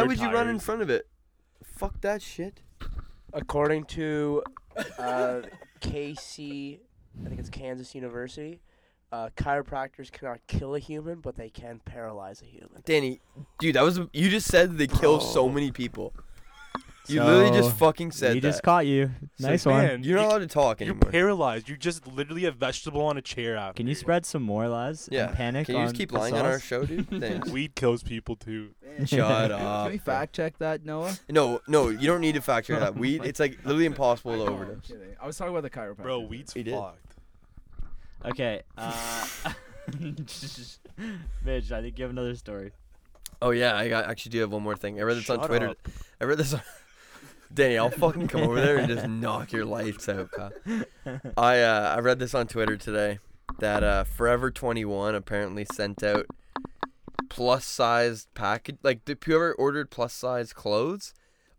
Speaker 6: rubber
Speaker 4: would you run in
Speaker 6: tires.
Speaker 4: front of it? Fuck that shit.
Speaker 1: According to uh, KC, I think it's Kansas University, uh, chiropractors cannot kill a human, but they can paralyze a human.
Speaker 4: Danny, dude, that was you just said they kill so
Speaker 1: Bro.
Speaker 4: many people. You literally
Speaker 5: So,
Speaker 4: just fucking said
Speaker 5: we
Speaker 4: that.
Speaker 5: just caught you.
Speaker 4: So,
Speaker 5: Nice one.
Speaker 6: Man,
Speaker 4: You're not allowed to talk
Speaker 6: You're
Speaker 4: anymore.
Speaker 6: paralyzed. You're just literally a vegetable on a chair. After
Speaker 5: Can you spread some more lies? and
Speaker 4: yeah.
Speaker 5: panic
Speaker 4: Can you just
Speaker 5: on
Speaker 4: keep
Speaker 5: the
Speaker 4: lying on our
Speaker 5: sauce?
Speaker 4: show, dude? Thanks.
Speaker 6: Weed kills people too.
Speaker 8: Man,
Speaker 4: Shut
Speaker 7: Can
Speaker 4: up.
Speaker 7: we fact check that, Noah?
Speaker 4: No, no, you don't need to fact check that. Weed, it's like literally impossible to
Speaker 7: No, Oh, I'm
Speaker 4: overdose.
Speaker 7: kidding. I was talking about the chiropractor.
Speaker 6: Bro, weed's
Speaker 4: We did.
Speaker 6: fucked.
Speaker 5: Okay. Uh, Midge, I think you have another story.
Speaker 4: Oh yeah, I got, actually do have one more thing. I read this on
Speaker 6: Shut
Speaker 4: Twitter.
Speaker 6: up.
Speaker 4: I read this. on... Danny, I'll fucking come over there and just knock your lights out. Kyle. I uh, I read this on Twitter today that uh, Forever 21 apparently sent out plus sized package. Like the, whoever ordered plus size clothes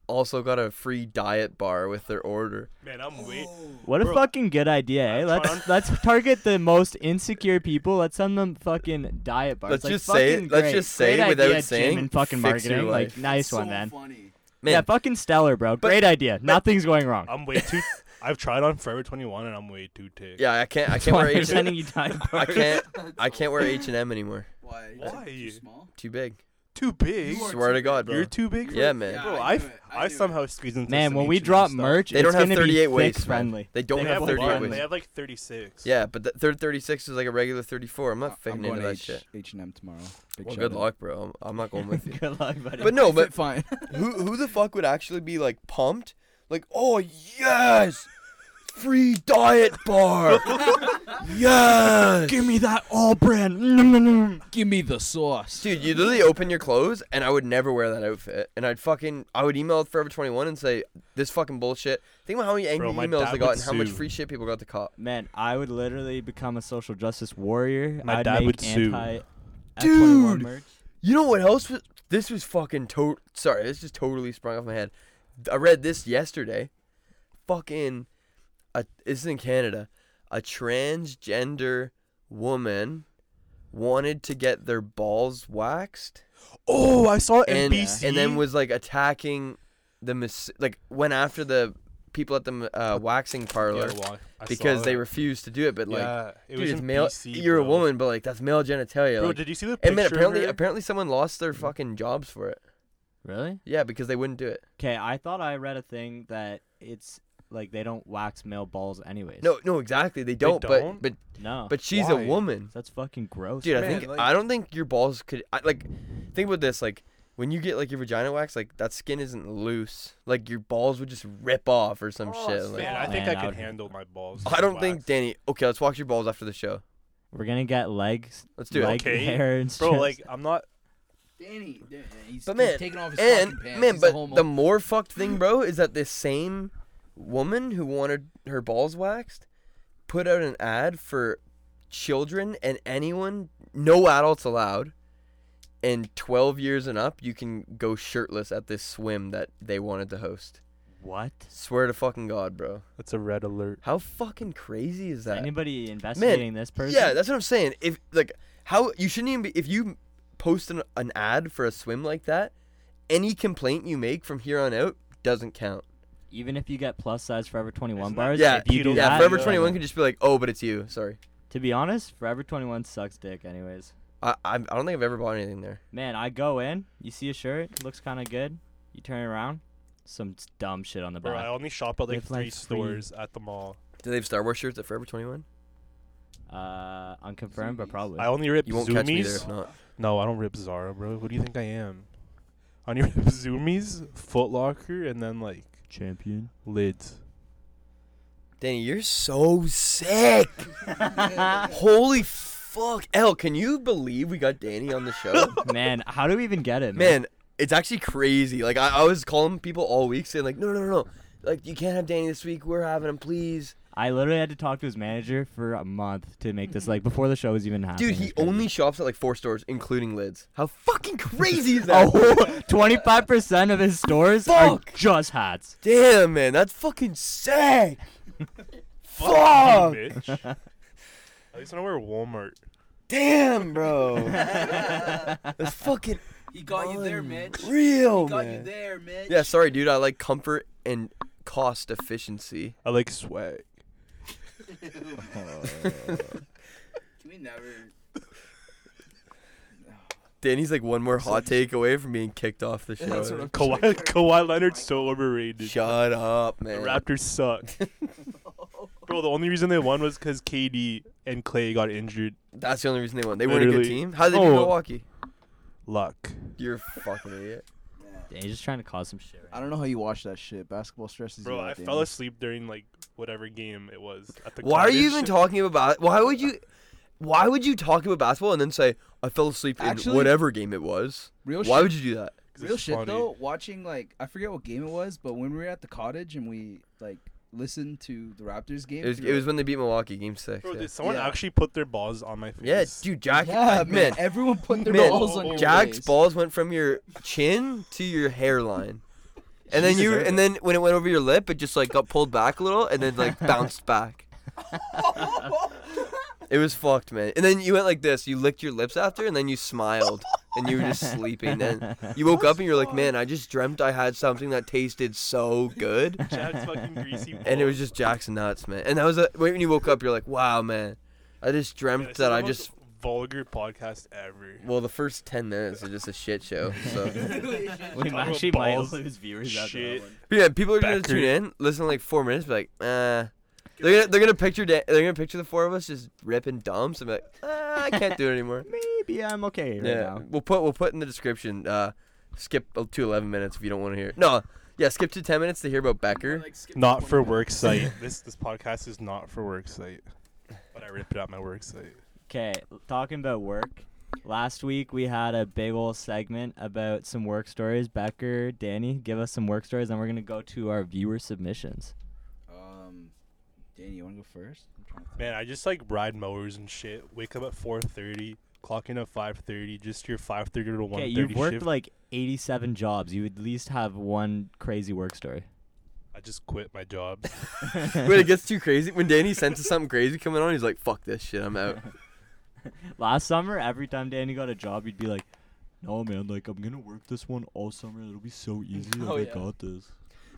Speaker 4: also got a free diet bar with their order.
Speaker 6: Man, I'm wait.
Speaker 8: Oh.
Speaker 5: What a
Speaker 6: Bro,
Speaker 5: fucking good idea, eh?
Speaker 6: I'm
Speaker 5: Let's let's target the most insecure people. Let's send them fucking diet bars.
Speaker 4: Let's
Speaker 5: Like,
Speaker 4: just say it-
Speaker 5: fucking
Speaker 4: let's
Speaker 5: great.
Speaker 4: just say it
Speaker 5: Great
Speaker 4: without
Speaker 5: idea, Jim,
Speaker 4: saying,
Speaker 5: and fucking
Speaker 4: fix your
Speaker 5: marketing. Like
Speaker 4: life.
Speaker 5: nice
Speaker 8: so
Speaker 5: one, man.
Speaker 8: funny.
Speaker 4: Man,
Speaker 5: Yeah, fucking stellar, bro. great idea. Nothing's going wrong.
Speaker 6: I'm way too. I've tried on Forever 21 and I'm way too tick.
Speaker 4: yeah, I can't. I
Speaker 5: That's
Speaker 4: can't
Speaker 5: why
Speaker 4: wear
Speaker 5: they're
Speaker 4: H.
Speaker 5: sending you diet
Speaker 4: I
Speaker 5: bars.
Speaker 4: can't. I can't wear H and M anymore.
Speaker 8: Why? Is it
Speaker 6: Why?
Speaker 8: Too small?
Speaker 4: Too big.
Speaker 6: Too big.
Speaker 8: You are
Speaker 4: Swear
Speaker 8: too
Speaker 4: to God, bro.
Speaker 6: You're too big. For
Speaker 4: yeah, man.
Speaker 8: Yeah,
Speaker 6: Bro,
Speaker 8: I
Speaker 6: I,
Speaker 8: knew it. I
Speaker 6: I,
Speaker 8: knew it.
Speaker 6: somehow squeezed into
Speaker 5: Man,
Speaker 6: some
Speaker 5: when we
Speaker 6: H&M
Speaker 5: drop
Speaker 6: stuff.
Speaker 5: merch,
Speaker 4: They don't
Speaker 5: it's
Speaker 4: have
Speaker 5: gonna be
Speaker 4: 38
Speaker 5: thick
Speaker 4: waist. man.
Speaker 5: friendly.
Speaker 4: They don't
Speaker 6: They
Speaker 4: have
Speaker 6: have, a
Speaker 4: 38
Speaker 6: lot.
Speaker 5: one.
Speaker 4: waist.
Speaker 6: They have like 36.
Speaker 4: Yeah, but the third 36 is like a regular 34. I'm not fitting into that shit.
Speaker 7: H and M tomorrow. Big
Speaker 4: Well,
Speaker 7: shout
Speaker 4: good
Speaker 7: out.
Speaker 4: luck, bro. I'm, I'm not going with you.
Speaker 5: Good luck, buddy.
Speaker 4: but no,
Speaker 7: Fit
Speaker 4: but
Speaker 7: fine.
Speaker 4: who who the fuck would actually be like pumped? Like, oh yes, free diet bar. yes,
Speaker 5: Give me that all brand. Mm, mm, mm.
Speaker 7: Give me the sauce.
Speaker 4: dude. You literally open your clothes, and I would never wear that outfit. And I'd fucking I would email Forever 21 and say this fucking bullshit. Think about how many angry
Speaker 6: Bro, my
Speaker 4: emails
Speaker 6: dad
Speaker 4: they got
Speaker 6: would
Speaker 4: and how much
Speaker 6: sue.
Speaker 4: free shit people got to cop.
Speaker 5: Man, I would literally become a social justice warrior.
Speaker 6: My
Speaker 5: I'd
Speaker 6: dad
Speaker 5: make
Speaker 6: would sue.
Speaker 5: anti-
Speaker 4: Dude!
Speaker 5: F21 merch.
Speaker 4: You know what else was? This was fucking to. Sorry, this just totally sprung off my head. I read this yesterday. Fucking, a, this is in Canada. A transgender woman wanted to get their balls waxed,
Speaker 6: Oh, I saw it in
Speaker 4: and
Speaker 6: BC.
Speaker 4: and then was like attacking the mas- like went after the people at the m- uh, waxing parlor because they refused to do it. But like,
Speaker 6: yeah, it
Speaker 4: dude,
Speaker 6: was
Speaker 4: it's
Speaker 6: in
Speaker 4: male.
Speaker 6: BC,
Speaker 4: you're a
Speaker 6: bro.
Speaker 4: woman, but like that's male genitalia.
Speaker 6: Bro,
Speaker 4: like-
Speaker 6: did you see the picture?
Speaker 4: and man,
Speaker 6: of
Speaker 4: apparently,
Speaker 6: her?
Speaker 4: apparently someone lost their fucking jobs for it.
Speaker 5: Really?
Speaker 4: Yeah, because they wouldn't do it.
Speaker 5: Okay, I thought I read a thing that it's like they don't wax male balls anyways.
Speaker 4: No, no, exactly. They don't.
Speaker 6: don't? Uh,
Speaker 4: But
Speaker 5: no,
Speaker 4: but but she's
Speaker 6: Why?
Speaker 4: a woman.
Speaker 5: that's fucking gross.
Speaker 4: Dude, I
Speaker 5: man.
Speaker 4: think
Speaker 9: Man, like-
Speaker 4: I don't think your balls could I, like think about this like when you get like your vagina wax like that skin isn't loose like your balls would just rip off or some
Speaker 8: Oh,
Speaker 4: shit.
Speaker 8: it's
Speaker 4: Like,
Speaker 6: Man, I think
Speaker 5: Man,
Speaker 6: I
Speaker 5: I
Speaker 6: could
Speaker 5: would-
Speaker 6: handle my balls.
Speaker 4: I don't think
Speaker 6: waxed.
Speaker 4: Danny. Okay, let's watch your balls after the show.
Speaker 5: we're gonna get legs,
Speaker 4: Let's do it.
Speaker 5: leg
Speaker 6: Okay.
Speaker 5: hair and
Speaker 6: Bro,
Speaker 5: strips.
Speaker 6: like I'm not.
Speaker 8: Danny, Danny he's,
Speaker 4: But
Speaker 8: he's
Speaker 4: man,
Speaker 8: taking off his
Speaker 4: And
Speaker 8: fucking pants.
Speaker 4: man,
Speaker 8: he's a
Speaker 4: but
Speaker 8: homo.
Speaker 4: the more fucked thing, bro, is that this same woman who wanted her balls waxed put out an ad for children and anyone, no adults allowed, and 12 years and up, you can go shirtless at this swim that they wanted to host.
Speaker 5: what?
Speaker 4: Swear to fucking God, bro.
Speaker 6: That's a red alert.
Speaker 4: How fucking crazy is that?
Speaker 5: Anybody investigating this person?
Speaker 4: Yeah, that's what I'm saying. If like how you shouldn't even be if you post an, an ad for a swim like that, any complaint you make from here on out doesn't count. Even
Speaker 5: even if you get plus size Forever 21
Speaker 6: Isn't that
Speaker 5: bars,
Speaker 4: Yeah,
Speaker 5: if you do
Speaker 6: Peter-
Speaker 4: yeah,
Speaker 5: that,
Speaker 4: Forever
Speaker 6: yeah.
Speaker 4: 21 could just be like, "Oh, but it's you." Sorry.
Speaker 5: to be honest, Forever 21 sucks dick anyways.
Speaker 4: I I, I don't think I've ever bought anything there.
Speaker 5: Man, I go in, you see a shirt, looks kind of good, you turn around, some s- dumb shit on the
Speaker 6: Bro, I
Speaker 5: back.
Speaker 6: only shop at like
Speaker 5: Live
Speaker 6: three
Speaker 5: life free.
Speaker 6: stores at the mall.
Speaker 4: Do they have Star Wars shirts at Forever 21?
Speaker 5: Uh, unconfirmed, but
Speaker 8: Zoomies.
Speaker 5: probably.
Speaker 6: I only rip
Speaker 4: You won't
Speaker 6: zoomies.
Speaker 4: catch me there if not.
Speaker 6: No, I don't rip Zara, bro. Who do you think I am? I only rip zoomies, Foot Locker, and then like
Speaker 5: champion.
Speaker 6: lids.
Speaker 4: Danny, you're so sick. Holy fuck. L, can you believe we got Danny on the show?
Speaker 5: Man, how do we even get it, man?
Speaker 4: Man, it's actually crazy. Like I, I was calling people all week saying like, no, no, no, no. Like you can't have Danny this week. We're having him, please.
Speaker 5: I literally had to talk to his manager for a month to make this like before the show was even happening.
Speaker 4: Dude, he
Speaker 5: It's crazy.
Speaker 4: only shops at like four stores, including Lids. How fucking crazy is that?
Speaker 5: Oh, 25% of his stores are
Speaker 4: Fuck.
Speaker 5: just hats.
Speaker 4: Damn, man, that's fucking sick.
Speaker 6: Fuck
Speaker 4: Fuck.
Speaker 6: you, bitch. At least I know where Walmart.
Speaker 4: Damn, bro. that's fucking
Speaker 8: he got you there, Mitch. He
Speaker 4: real,
Speaker 8: got you
Speaker 4: man.
Speaker 8: there, Mitch.
Speaker 4: Yeah, sorry, dude. I like comfort and cost efficiency.
Speaker 6: I like swag.
Speaker 8: Can we never?
Speaker 4: Danny's like one more hot take away from being kicked off the show.
Speaker 6: Kawhi, Kawhi Leonard's so overrated.
Speaker 4: Shut up,
Speaker 6: The
Speaker 4: man.
Speaker 6: Raptors suck. Bro, the only reason they won was because KD and Clay got injured.
Speaker 4: That's the only reason they won. They weren't a good
Speaker 6: Literally.
Speaker 4: team. How did they do
Speaker 6: Oh.
Speaker 4: Milwaukee?
Speaker 6: Luck.
Speaker 4: You're a fucking idiot.
Speaker 5: Dang, he's just trying to cause some shit. Right
Speaker 7: I don't know how you watch that shit. Basketball stresses
Speaker 6: Bro,
Speaker 7: you out.
Speaker 6: I
Speaker 7: Danny.
Speaker 6: fell asleep during like whatever game it was at the
Speaker 4: Why are you
Speaker 6: cottage.
Speaker 4: even talking about? Why would you? Why would you talk about basketball and then say I fell asleep in
Speaker 7: Actually-
Speaker 4: whatever game it was?
Speaker 7: Real
Speaker 4: Why
Speaker 7: shit.
Speaker 4: would you do that?
Speaker 6: 'Cause
Speaker 7: Real
Speaker 6: it's
Speaker 7: shit
Speaker 6: funny.
Speaker 7: though, watching like I forget what game it was, but when we were at the cottage and we like listened to the Raptors game,
Speaker 4: It was,
Speaker 7: we were
Speaker 4: it was
Speaker 7: like,
Speaker 4: when they beat Milwaukee, Game Six.
Speaker 6: Bro,
Speaker 4: yeah.
Speaker 6: did someone
Speaker 7: Yeah.
Speaker 6: actually put their balls on my face?
Speaker 4: Yeah, dude, Jack.
Speaker 7: yeah, man,
Speaker 4: man,
Speaker 7: everyone put their
Speaker 4: man,
Speaker 7: balls on your
Speaker 4: Jack's
Speaker 7: face.
Speaker 4: balls went from your chin to your hairline, and then
Speaker 6: Jesus,
Speaker 4: you,
Speaker 6: man.
Speaker 4: and then when it went over your lip, it just like got pulled back a little, and then like bounced back. It was fucked, man. And then you went like this. You licked your lips after, and then you smiled, and you were just sleeping. Then you woke up, and you're like, "Man, I just dreamt I had something that tasted so good."
Speaker 6: Jack's fucking greasy.
Speaker 4: And it was
Speaker 6: balls.
Speaker 4: just Jack's nuts, man. And that was a, when you woke up, you're like, "Wow, man, I just
Speaker 6: Man,
Speaker 4: dreamt
Speaker 6: this is
Speaker 4: that
Speaker 6: the
Speaker 4: I
Speaker 6: most
Speaker 4: just."
Speaker 6: vulgar podcast ever.
Speaker 4: Well, the first ten minutes is just a shit show. So
Speaker 5: now. We
Speaker 6: Talk about
Speaker 5: actually might
Speaker 6: balls.
Speaker 5: lose viewers after that
Speaker 6: Shit.
Speaker 5: one.
Speaker 4: but yeah, people are gonna
Speaker 6: Becker.
Speaker 4: tune in, listen to like four minutes, be like, "Uh." They're gonna, they're gonna picture da- they're gonna picture the four of us just ripping dumps and be like, ah, I can't do it anymore.
Speaker 5: Maybe I'm okay right
Speaker 4: Yeah,
Speaker 5: now.
Speaker 4: we'll put we'll put in the description. Uh, skip to eleven minutes if you don't want to hear. No, yeah, skip to ten minutes to hear about Becker.
Speaker 8: Like, skip
Speaker 6: Not
Speaker 8: this
Speaker 6: for
Speaker 8: one.
Speaker 6: work site. this this podcast is not for work site. But I ripped it out my work site.
Speaker 5: Okay, talking about work. Last week we had a big ol' segment about some work stories. Becker, Danny, give us some work stories, and we're gonna go to our viewer submissions.
Speaker 7: Um, Danny, you want to go first? I'm trying to think.
Speaker 6: Man, I just like ride mowers and shit. Wake up at four thirty, clock in at five thirty, just your five thirty to one
Speaker 5: Okay,
Speaker 6: thirty
Speaker 5: you've
Speaker 6: shift.
Speaker 5: worked like 87 jobs. You at least have one crazy work story.
Speaker 6: I just quit my job.
Speaker 4: when it gets too crazy, when Danny senses something crazy coming on, he's like, "Fuck this shit, I'm out."
Speaker 5: Last summer, every time Danny got a job, you'd be like, "No, man, like I'm gonna work this one all summer. It'll be so easy. Like,
Speaker 7: Oh,
Speaker 5: I
Speaker 7: yeah.
Speaker 5: got this."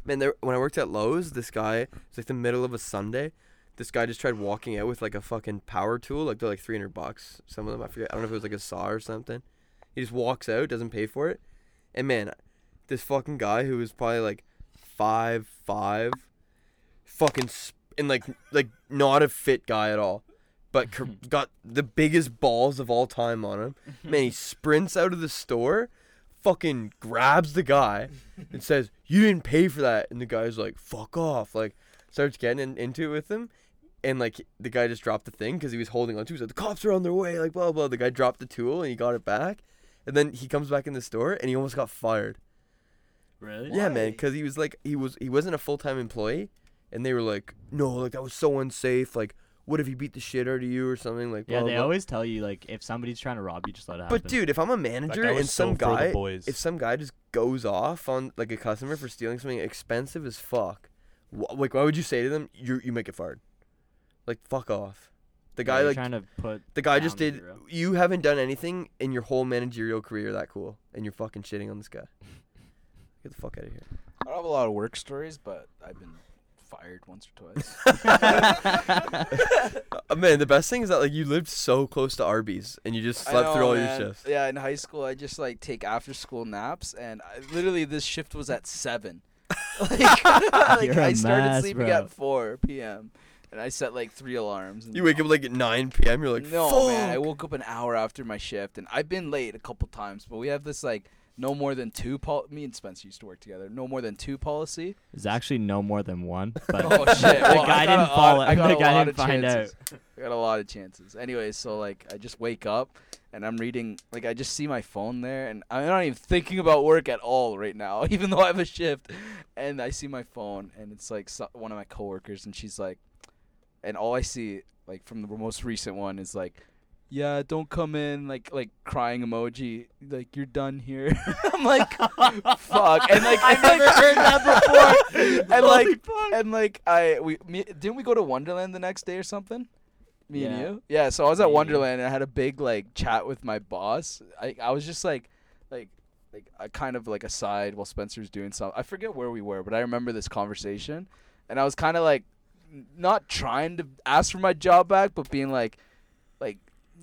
Speaker 4: Man, there, when I worked at Lowe's, this guy it's like the middle of a Sunday. This guy just tried walking out with like a fucking power tool, like they're like three hundred bucks. Some of them I forget. I don't know if it was like a saw or something. He just walks out, doesn't pay for it, and man, this fucking guy who was probably like five five, fucking sp- and like like not a fit guy at all, but cr- got the biggest balls of all time on him. Man, he sprints out of the store, fucking grabs the guy, and says, "You didn't pay for that." And the guy's like, "Fuck off!" Like starts getting in- into it with him. And like the guy just dropped the thing because he was holding on to. it. He's like, "The cops are on their way!" Like blah blah. The guy dropped the tool and he got it back. And then he comes back in the store and he almost got fired.
Speaker 5: Really?
Speaker 4: Yeah, man, because he was like he was he wasn't a full time employee, and they were like, no, like that was so unsafe. Like, what if he beat the shit out of you or something? Like,
Speaker 5: Yeah,
Speaker 4: blah,
Speaker 5: they
Speaker 4: blah.
Speaker 5: always tell you like if somebody's trying to rob you, just let it happen.
Speaker 4: But dude, if I'm a manager
Speaker 6: guy was
Speaker 4: and some
Speaker 6: so for the
Speaker 4: guy,
Speaker 6: boys.
Speaker 4: if some guy just goes off on like a customer for stealing something expensive as fuck, wh- like why would you say to them you you make it fired? Like fuck off. The
Speaker 5: Yeah,
Speaker 4: guy
Speaker 5: you're
Speaker 4: like
Speaker 5: trying to put
Speaker 4: the guy just
Speaker 5: down the
Speaker 4: did.
Speaker 5: hero.
Speaker 4: You haven't done anything in your whole managerial career that cool, and you're fucking shitting on this guy. Get the fuck out of here.
Speaker 9: I don't have a lot of work stories, but I've been fired once or twice.
Speaker 4: Uh, man, the best thing is that like you lived so close to Arby's and you just
Speaker 9: I
Speaker 4: slept
Speaker 9: know,
Speaker 4: through all
Speaker 9: man.
Speaker 4: your shifts.
Speaker 9: Yeah, in high school, I just like take after school naps, and I, literally this shift was at seven. like like,
Speaker 5: You're a
Speaker 9: I started
Speaker 5: mess,
Speaker 9: sleeping
Speaker 5: bro.
Speaker 9: at four p.m. and I set like three alarms. And
Speaker 4: You wake up like at 9 p.m. You're like,
Speaker 9: no
Speaker 4: fuck.
Speaker 9: man, I woke up an hour after my shift, and I've been late a couple times. But we have this like no more than two. Pol- me and Spencer used to work together. No more than two policy.
Speaker 5: It's actually no more than one. But
Speaker 9: Oh shit!
Speaker 5: The
Speaker 9: Well, I
Speaker 5: guy
Speaker 9: got a
Speaker 5: didn't
Speaker 9: lot-
Speaker 5: follow.
Speaker 9: I got
Speaker 5: The
Speaker 9: a
Speaker 5: guy
Speaker 9: lot
Speaker 5: didn't
Speaker 9: of
Speaker 5: find out.
Speaker 9: chances. I got a lot of chances. Anyway, so like I just wake up and I'm reading like I just see my phone there and I'm not even thinking about work at all right now, even though I have a shift. And I see my phone and it's like so- one of my coworkers and she's like, and all I see like from the most recent one is like. Yeah, don't come in like like crying emoji. Like you're done here. I'm like, fuck. And like I've never heard that before. and like and like I we me, didn't we go to Wonderland the next day or something? Me and
Speaker 5: Yeah.
Speaker 9: you? Yeah, so I was at
Speaker 5: Me and you.
Speaker 9: Wonderland and I had a big like chat with my boss. I I was just like like like I kind of like aside while Spencer's doing something. I forget where we were, but I remember this conversation and I was kind of like n- not trying to ask for my job back, but being like like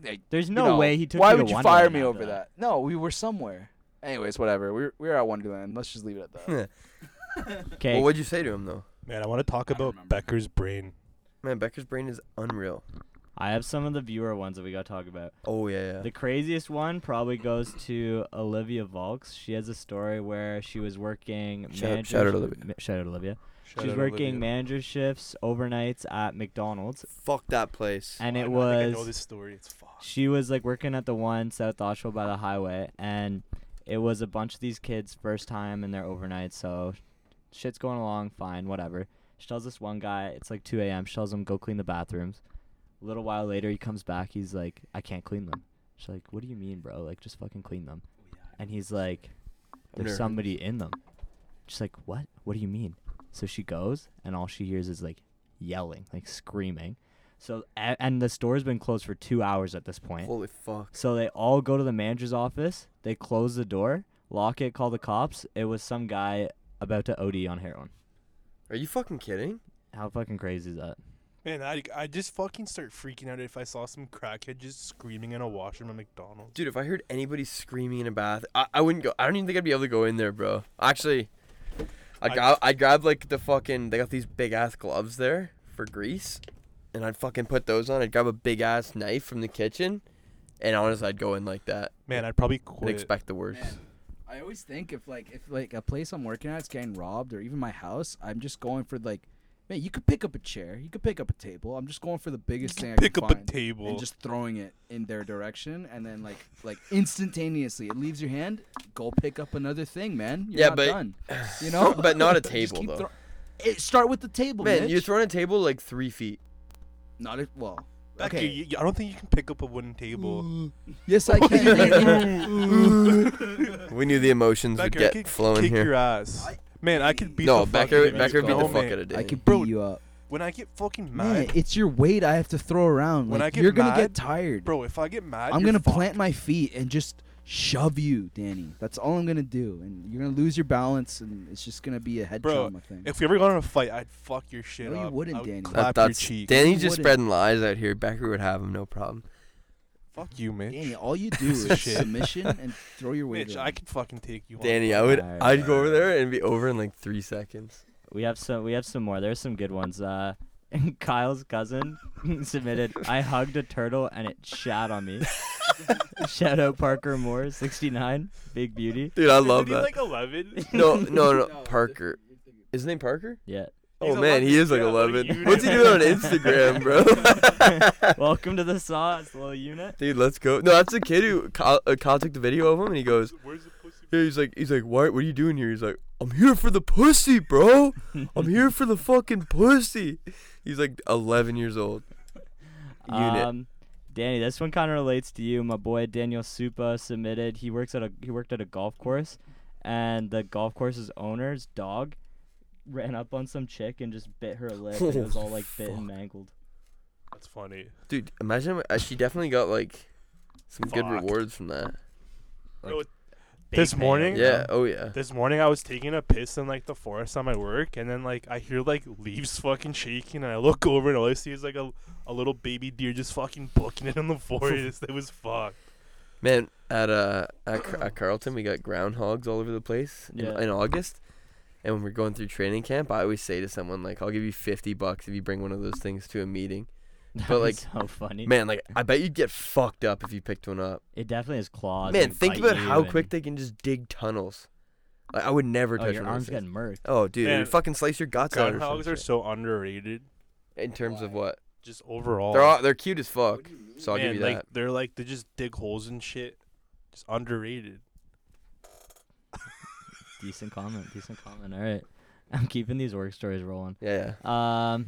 Speaker 9: like
Speaker 5: There's
Speaker 9: you
Speaker 5: no
Speaker 9: know,
Speaker 5: way he took.
Speaker 9: Why
Speaker 5: you to
Speaker 9: would you
Speaker 5: Wonderland
Speaker 9: fire me
Speaker 5: after
Speaker 9: over that? No, we were somewhere. Anyways, whatever. We were, we were at Wonderland. Let's just leave it at that.
Speaker 5: Okay.
Speaker 4: Well, what'd you say to him though?
Speaker 6: Man, I want to talk about Becker's brain.
Speaker 4: Man, Becker's brain is unreal.
Speaker 5: I have some of the viewer ones that we gotta talk about.
Speaker 4: Oh yeah, yeah.
Speaker 5: The craziest one probably goes to Olivia Volks. She has a story where she was working
Speaker 4: Shout-
Speaker 5: manager.
Speaker 4: shout out
Speaker 5: sh-
Speaker 4: Olivia.
Speaker 5: ma- Shout out Olivia. she was working manager shifts overnights at McDonald's,
Speaker 4: Fuck that place.
Speaker 5: and
Speaker 6: I
Speaker 5: it
Speaker 6: know- I think I know
Speaker 5: was
Speaker 6: this story. It's fucked.
Speaker 5: she was like working at the one South Oshawa by the highway, and it was a bunch of these kids' first time in their overnight, so shit's going along fine, whatever. She tells this one guy, it's like 2 a.m. She tells him go clean the bathrooms. A little while later, he comes back. He's like, I can't clean them. She's like, What do you mean, bro? Like, just fucking clean them. And he's like, There's
Speaker 4: nervous.
Speaker 5: somebody in them. She's like, What? What do you mean? So she goes, and all she hears is like yelling, like screaming. So a- and the store's been closed for two hours at this point.
Speaker 4: Holy fuck.
Speaker 5: So they all go to the manager's office. They close the door, lock it, call the cops. It was some guy about to OD on heroin.
Speaker 4: Are you fucking kidding?
Speaker 5: How fucking crazy is that?
Speaker 6: Man, I I just fucking start freaking out if I saw some crackhead just screaming in a washroom at McDonald's.
Speaker 4: Dude, if I heard anybody screaming in a bath, I, I wouldn't go. I don't even think I'd be able to go in there, bro. Actually, I
Speaker 6: I-
Speaker 4: grab I grab like the fucking they got these big ass gloves there for grease, and I'd fucking put those on. I'd grab a big ass knife from the kitchen, and honestly, I'd go in like that
Speaker 6: Man, I'd probably
Speaker 4: and
Speaker 6: quit.
Speaker 4: expect the worst.
Speaker 7: Man, I always think if like if like a place I'm working at is getting robbed or even my house, I'm just going for like, man, you could pick up a chair, you could pick up a table. I'm just going for the biggest thing I
Speaker 6: Pick
Speaker 7: can
Speaker 6: up a
Speaker 7: find
Speaker 6: table.
Speaker 7: and just throwing it in their direction, and then like like instantaneously it leaves your hand. Go pick up another thing, man. You're
Speaker 4: Yeah,
Speaker 7: not
Speaker 4: but-
Speaker 7: done. You know,
Speaker 4: but not a
Speaker 7: Just
Speaker 4: table,
Speaker 7: keep
Speaker 4: though.
Speaker 7: throw- Eh, start with the table,
Speaker 4: Man,
Speaker 7: Mitch.
Speaker 4: you're throwing a table like three feet.
Speaker 7: not a, well.
Speaker 6: Becker,
Speaker 7: okay.
Speaker 6: you- you- I don't think you can pick up a wooden table.
Speaker 7: Yes, I can.
Speaker 4: We knew the emotions
Speaker 6: Becker,
Speaker 4: would
Speaker 6: I
Speaker 4: get
Speaker 6: could
Speaker 4: flowing
Speaker 6: kick
Speaker 4: here.
Speaker 6: your ass. Man, I could beat
Speaker 4: No,
Speaker 6: the
Speaker 4: Becker,
Speaker 6: fuck out of you.
Speaker 4: Becker beat
Speaker 6: No,
Speaker 4: the fuck
Speaker 6: man.
Speaker 4: out of
Speaker 7: I
Speaker 4: Dave.
Speaker 7: could
Speaker 6: Bro,
Speaker 7: beat you up.
Speaker 6: When I get fucking
Speaker 7: Man,
Speaker 6: mad,
Speaker 7: it's your weight I have to throw around.
Speaker 6: When
Speaker 7: Like,
Speaker 6: I get
Speaker 7: you're gonna
Speaker 6: mad,
Speaker 7: get tired.
Speaker 6: bro, if I get mad,
Speaker 7: I'm
Speaker 6: you're
Speaker 7: gonna
Speaker 6: fucked.
Speaker 7: plant my feet and just shove you, Danny. That's all I'm gonna do, and you're gonna lose your balance, and it's just gonna be a head
Speaker 6: Bro,
Speaker 7: trauma thing.
Speaker 6: If we ever got in a fight, I'd fuck your shit
Speaker 7: No, you
Speaker 6: up.
Speaker 7: wouldn't,
Speaker 6: I would
Speaker 7: Danny. That-
Speaker 6: Clap your
Speaker 4: that's
Speaker 6: cheek.
Speaker 4: Danny's
Speaker 7: You
Speaker 4: just
Speaker 7: wouldn't.
Speaker 4: spreading lies out here. Becker would have him, no problem.
Speaker 6: fuck you, Mitch.
Speaker 7: Danny, all you do
Speaker 6: Piece of
Speaker 7: is
Speaker 6: shit.
Speaker 7: submission and throw your weight.
Speaker 6: Mitch,
Speaker 7: around.
Speaker 6: I could fucking take you. on.
Speaker 4: Danny, I would,
Speaker 5: Alright,
Speaker 4: I'd go over there and be over in like three seconds.
Speaker 5: We have some. We have some more. There's some good ones. Uh, Kyle's cousin submitted. I hugged a turtle and it shat on me. Shout out Parker Moore, 69, big beauty.
Speaker 4: Dude, I love
Speaker 6: Isn't he
Speaker 4: that.
Speaker 6: like 11?
Speaker 4: no, no, no,
Speaker 8: No, this-
Speaker 4: Parker. His name Parker?
Speaker 5: Yeah.
Speaker 4: Oh
Speaker 6: He's
Speaker 4: man,
Speaker 6: 11,
Speaker 4: he is like
Speaker 6: yeah, what do
Speaker 4: 11.
Speaker 6: you
Speaker 4: What's he
Speaker 6: do?
Speaker 4: doing on Instagram, bro?
Speaker 5: Welcome to the sauce, little unit.
Speaker 4: Dude, let's go. No, that's the kid who Kyle, uh, Kyle took the video of him, and he goes,
Speaker 6: Where's the pussy?
Speaker 4: "Yeah, he's like, he's like, why? What are you doing here?" He's like, "I'm here for the pussy, bro. I'm here for the fucking pussy." He's like 11 years old. Unit.
Speaker 5: Um, Danny, this one kind of relates to you. My boy Daniel Supa submitted. He works at a he worked at a golf course, and the golf course's owner's dog ran up on some chick and just bit her lip. and it was all like bit and mangled.
Speaker 6: That's funny.
Speaker 4: Dude, imagine uh, she definitely got like some good
Speaker 6: Fucked.
Speaker 4: rewards from that.
Speaker 6: This
Speaker 5: Big payout,
Speaker 6: morning?
Speaker 5: bro.
Speaker 4: Yeah. Oh yeah.
Speaker 6: This morning I was taking a piss in like the forest on my work, and then like I hear like leaves fucking shaking, and I look over and all I see is like a, a little baby deer just fucking booking it in the forest. it was fucked.
Speaker 4: Man, at uh at, Car- at Carlton, we got groundhogs all over the place in-
Speaker 5: Yeah.
Speaker 4: in, August. And when we're going through training camp, I always say to someone like, "I'll give you fifty bucks if you bring one of those things to a meeting."
Speaker 5: That
Speaker 4: But,
Speaker 5: was
Speaker 4: like,
Speaker 5: so funny.
Speaker 4: Man, like I bet you'd get fucked up if you picked one up.
Speaker 5: it definitely has claws.
Speaker 4: Man,
Speaker 5: and
Speaker 4: think
Speaker 5: bite
Speaker 4: about
Speaker 5: you
Speaker 4: how quick
Speaker 5: and-
Speaker 4: they can just dig tunnels. Like I would never
Speaker 5: Oh,
Speaker 4: touch
Speaker 5: your
Speaker 4: one
Speaker 5: arms
Speaker 4: of those
Speaker 5: getting
Speaker 4: things.
Speaker 5: murked.
Speaker 4: Oh, dude,
Speaker 6: Man,
Speaker 4: you'd fucking slice your guts out. Or some
Speaker 6: Groundhogs are
Speaker 4: shit.
Speaker 6: so underrated,
Speaker 4: in terms of what
Speaker 6: just overall.
Speaker 4: they're all, they're cute as fuck. So I'll
Speaker 6: Oh. Man,
Speaker 4: give you
Speaker 6: like
Speaker 4: that.
Speaker 6: they're like they just dig holes and shit. Just underrated.
Speaker 5: Decent comment. Decent comment. All right, I'm keeping these work stories rolling.
Speaker 4: Yeah, yeah.
Speaker 5: Um,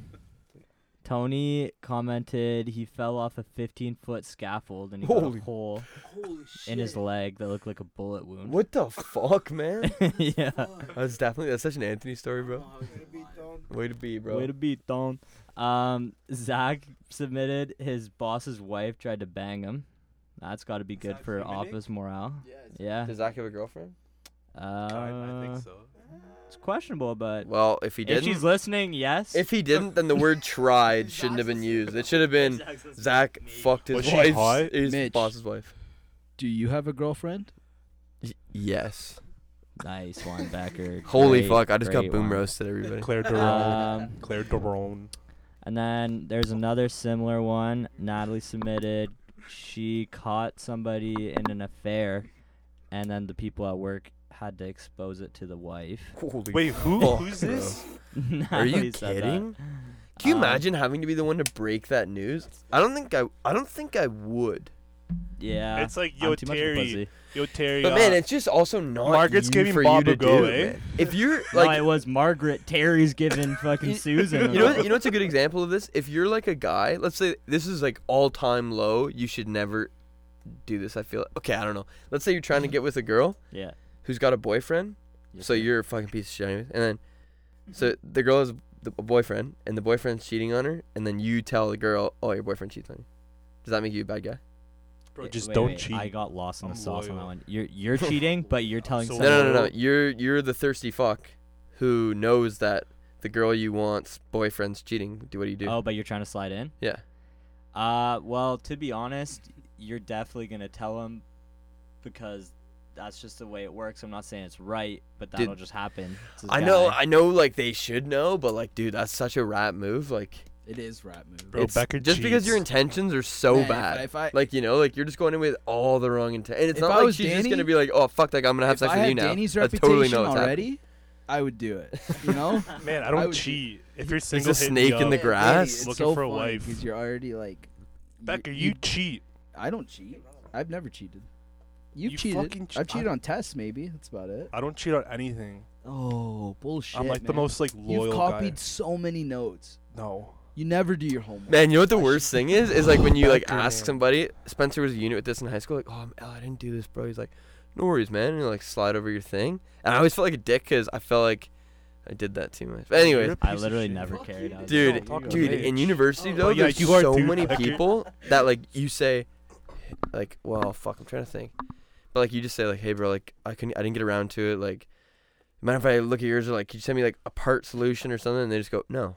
Speaker 5: Tony commented he fell off a 15 foot scaffold and he got
Speaker 4: Holy-
Speaker 5: a hole
Speaker 8: Holy shit.
Speaker 5: in his leg that looked like a bullet wound.
Speaker 4: What the fuck, man?
Speaker 5: yeah.
Speaker 4: That's definitely that's such an Anthony story, bro.
Speaker 8: Oh, it's alive.
Speaker 4: Way to be, bro.
Speaker 5: Way to be Don. Um, Zach submitted his boss's wife tried to bang him. That's got to be good
Speaker 6: Zach
Speaker 5: for
Speaker 6: submitting?
Speaker 5: office morale.
Speaker 8: Yeah, it's-
Speaker 5: Yeah.
Speaker 4: Does Zach have a girlfriend?
Speaker 5: Uh,
Speaker 6: I, I think so.
Speaker 5: It's questionable, but
Speaker 4: Well, if he
Speaker 5: if she's
Speaker 4: didn't,
Speaker 5: listening, yes.
Speaker 4: if he didn't, then the word "tried" shouldn't have been used. It should have been Zach fucked
Speaker 6: Was
Speaker 4: his
Speaker 6: she
Speaker 4: wife,
Speaker 6: hot?
Speaker 4: his
Speaker 7: Mitch.
Speaker 4: boss's wife.
Speaker 7: Do you have a girlfriend?
Speaker 4: Yes.
Speaker 5: nice linebacker.
Speaker 4: Holy
Speaker 5: Great,
Speaker 4: fuck! I just got
Speaker 5: great
Speaker 4: boom
Speaker 5: one.
Speaker 4: roasted, everybody.
Speaker 6: Claire Derone.
Speaker 5: Um,
Speaker 6: Claire Derone.
Speaker 5: And then there's another similar one Natalie submitted. She caught somebody in an affair, and then the people at work had to expose it to the wife.
Speaker 4: Holy
Speaker 6: Wait, who?
Speaker 5: Oh.
Speaker 4: fuck,
Speaker 6: who's
Speaker 4: bro.
Speaker 6: this?
Speaker 4: Are you
Speaker 5: Natalie said that.
Speaker 4: kidding? Can you
Speaker 5: Um,
Speaker 4: imagine having to be the one to break that news? I don't think I. I don't think I would.
Speaker 5: Yeah.
Speaker 6: It's like, yo,
Speaker 5: I'm too much of a
Speaker 6: Terry,
Speaker 5: pussy.
Speaker 6: Yo, Terry.
Speaker 4: But
Speaker 6: uh,
Speaker 4: man, it's just also not
Speaker 6: Margaret's
Speaker 4: you
Speaker 6: giving
Speaker 4: for
Speaker 6: Bob
Speaker 4: you to
Speaker 6: a go,
Speaker 4: do,
Speaker 6: eh?
Speaker 4: man. If you're
Speaker 5: no,
Speaker 4: like,
Speaker 5: it was Margaret. Terry's giving fucking
Speaker 4: You-
Speaker 5: Susan.
Speaker 4: you know,
Speaker 5: a-
Speaker 4: you know what's a good example of this? If you're like a guy, let's say this is like all time low, you should never do this. I feel okay. I don't know. Let's say you're trying to get with a girl
Speaker 5: yeah.
Speaker 4: who's got a boyfriend, so you're a fucking piece of shit, anyways. And then, so the girl has the a boyfriend, and the boyfriend's cheating on her, and then you tell the girl, "Oh, your boyfriend cheats on you." Does that make you a bad guy?
Speaker 6: bro,
Speaker 5: Wait,
Speaker 6: just
Speaker 5: wait,
Speaker 6: don't
Speaker 5: wait,
Speaker 6: cheat.
Speaker 5: I got lost in the
Speaker 6: I'm
Speaker 5: sauce on that
Speaker 6: loyal.
Speaker 5: one. You're you're cheating, but you're telling
Speaker 6: So-
Speaker 4: No, no,
Speaker 5: someone.
Speaker 4: no, no. You're you're the thirsty fuck who knows that the girl you want's boyfriend's cheating. Do what do you do?
Speaker 5: Oh, but you're trying to slide in.
Speaker 4: Yeah.
Speaker 5: Uh, well, to be honest, you're definitely gonna tell him because that's just the way it works. I'm not saying it's right, but that'll just happen. It's his
Speaker 4: I know,
Speaker 5: guy.
Speaker 4: I know. Like they should know, but like, dude, that's such a rat move. Like,
Speaker 7: It is rap move.
Speaker 6: Bro,
Speaker 4: it's-
Speaker 6: Becker
Speaker 4: just because your
Speaker 6: cheats.
Speaker 4: intentions are so
Speaker 7: Man, if
Speaker 4: bad.
Speaker 7: I- If I,
Speaker 4: like you know, like you're just going in with all the wrong intent, and it's
Speaker 7: If
Speaker 4: not
Speaker 7: I
Speaker 4: like
Speaker 7: was
Speaker 4: she's just
Speaker 7: Danny-
Speaker 4: gonna be like, "Oh fuck, like I'm gonna have
Speaker 7: if
Speaker 4: sex
Speaker 7: I
Speaker 4: with
Speaker 7: had
Speaker 4: you now."
Speaker 7: Danny's
Speaker 4: I
Speaker 7: reputation
Speaker 4: totally know what's happening.
Speaker 7: already, I would do it. You know,
Speaker 6: Man, I
Speaker 7: I
Speaker 6: don't
Speaker 7: would-
Speaker 6: cheat. If you're
Speaker 4: There's
Speaker 6: single,
Speaker 4: a
Speaker 6: hit
Speaker 4: snake
Speaker 6: me
Speaker 4: in the
Speaker 6: up.
Speaker 4: grass.
Speaker 6: Looking
Speaker 7: it's so
Speaker 6: for a
Speaker 7: funny
Speaker 6: wife.
Speaker 7: because you're already like. you-
Speaker 6: Becker, you cheat.
Speaker 7: I don't cheat. I've never cheated. You,
Speaker 6: You
Speaker 7: cheated.
Speaker 6: fucking che-
Speaker 7: I've cheated
Speaker 6: I-
Speaker 7: on tests, maybe. That's about it.
Speaker 6: I don't cheat on anything.
Speaker 7: Oh bullshit!
Speaker 6: I'm like the
Speaker 7: man.
Speaker 6: most like loyal
Speaker 7: You've copied
Speaker 6: guy.
Speaker 7: so many notes.
Speaker 6: No.
Speaker 7: You never do your homework.
Speaker 4: Man, you know what the worst thing is? Is like when you like
Speaker 6: Becker,
Speaker 4: ask
Speaker 6: man.
Speaker 4: somebody. Spencer was a unit with this in high school. Like, oh, I'm, oh I didn't do this, bro. He's like, no worries, man. And you like slide over your thing. And I always felt like a dick because I felt like I did that too much. But anyways,
Speaker 6: You're a
Speaker 5: I
Speaker 6: piece of
Speaker 5: literally
Speaker 6: shit.
Speaker 5: never
Speaker 8: Fuck
Speaker 5: carried
Speaker 8: you,
Speaker 5: out.
Speaker 4: dude,
Speaker 6: No, talk
Speaker 4: dude,
Speaker 6: about it.
Speaker 4: in university
Speaker 8: Oh,
Speaker 4: though,
Speaker 6: yeah,
Speaker 4: there's
Speaker 6: you are
Speaker 4: so
Speaker 6: too,
Speaker 4: many
Speaker 6: Becker.
Speaker 4: people that like you say, like, well, fuck, I'm trying to think, but like you just say like, hey, bro, like I couldn't, I didn't get around to it, like, mind if I look at yours or like, could you send me like a part solution or something? And they just go, no.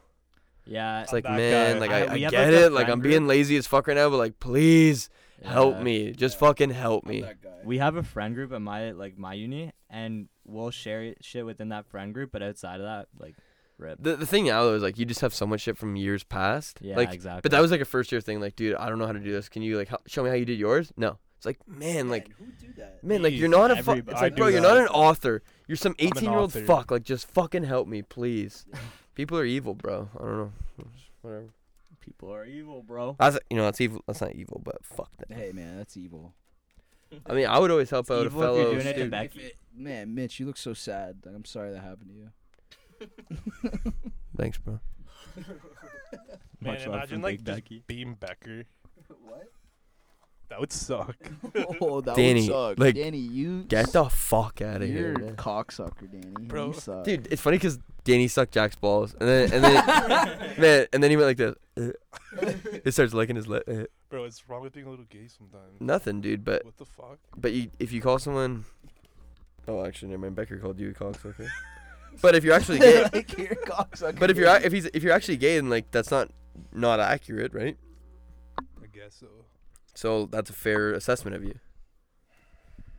Speaker 5: Yeah.
Speaker 4: It's like,
Speaker 6: that
Speaker 4: man,
Speaker 6: guy.
Speaker 4: like
Speaker 5: I-
Speaker 4: I, I,
Speaker 5: we have, like,
Speaker 4: get
Speaker 5: a
Speaker 4: it, like I'm
Speaker 5: friend
Speaker 4: being
Speaker 5: group.
Speaker 4: lazy as fuck right now, but like, please help
Speaker 5: yeah.
Speaker 4: me, just fucking help me.
Speaker 8: That guy.
Speaker 5: We have a friend group at my like my uni, and we'll share it- shit within that friend group. But outside of that, like Rip.
Speaker 4: The, the thing now though is like you just have so much shit from years past.
Speaker 5: Yeah,
Speaker 4: like,
Speaker 5: exactly.
Speaker 4: But that was like a first year thing. Like, dude, I don't know how to do this. Can you like h- show me how you did yours? No. It's like, man, like,
Speaker 8: who do that?
Speaker 4: man, like you're
Speaker 6: Jeez,
Speaker 4: not a. Fu- it's
Speaker 6: everybody- I
Speaker 4: like,
Speaker 6: do
Speaker 4: bro, you're
Speaker 6: that.
Speaker 4: not an author. You're some
Speaker 6: an
Speaker 4: 18 year old
Speaker 6: author.
Speaker 4: fuck. Like, just fucking help me, please. People are evil, bro. I don't know. Whatever.
Speaker 5: People are evil, bro.
Speaker 4: That's you know that's evil. That's not evil, but fuck that.
Speaker 9: Hey man, that's evil.
Speaker 4: I mean, I would always help out a
Speaker 5: evil if you're
Speaker 4: fellow
Speaker 5: doing it to
Speaker 4: student.
Speaker 5: back-
Speaker 8: If
Speaker 5: Becky.
Speaker 8: it-
Speaker 9: Man, Mitch, you look so sad. Like, I'm sorry that happened to you.
Speaker 4: Thanks, bro.
Speaker 6: Man,
Speaker 5: Much love
Speaker 6: imagine
Speaker 5: from
Speaker 6: like
Speaker 5: Big
Speaker 6: just
Speaker 5: Becky.
Speaker 6: being Becker. That would suck.
Speaker 7: oh, that
Speaker 4: Danny,
Speaker 7: would suck.
Speaker 4: like,
Speaker 7: Danny, you
Speaker 4: Get the fuck out of
Speaker 7: you're
Speaker 4: here,
Speaker 7: a
Speaker 4: man.
Speaker 7: cocksucker, Danny.
Speaker 6: Bro.
Speaker 7: you suck.
Speaker 4: dude. It's funny because Danny sucked Jack's balls, and then and then man, and then he went like this. It starts licking his lip. uh,
Speaker 6: Bro, it's wrong with being a little gay sometimes.
Speaker 4: Nothing, dude. But
Speaker 6: What the fuck?
Speaker 4: but you, if you call someone, oh, actually, never mind. Becker called you a cocksucker. but if you're actually gay,
Speaker 7: Like, you're a cocksucker.
Speaker 4: but if you're a- if he's if you're actually gay, then like that's not not accurate, right?
Speaker 6: I guess so.
Speaker 4: So that's a fair assessment of you.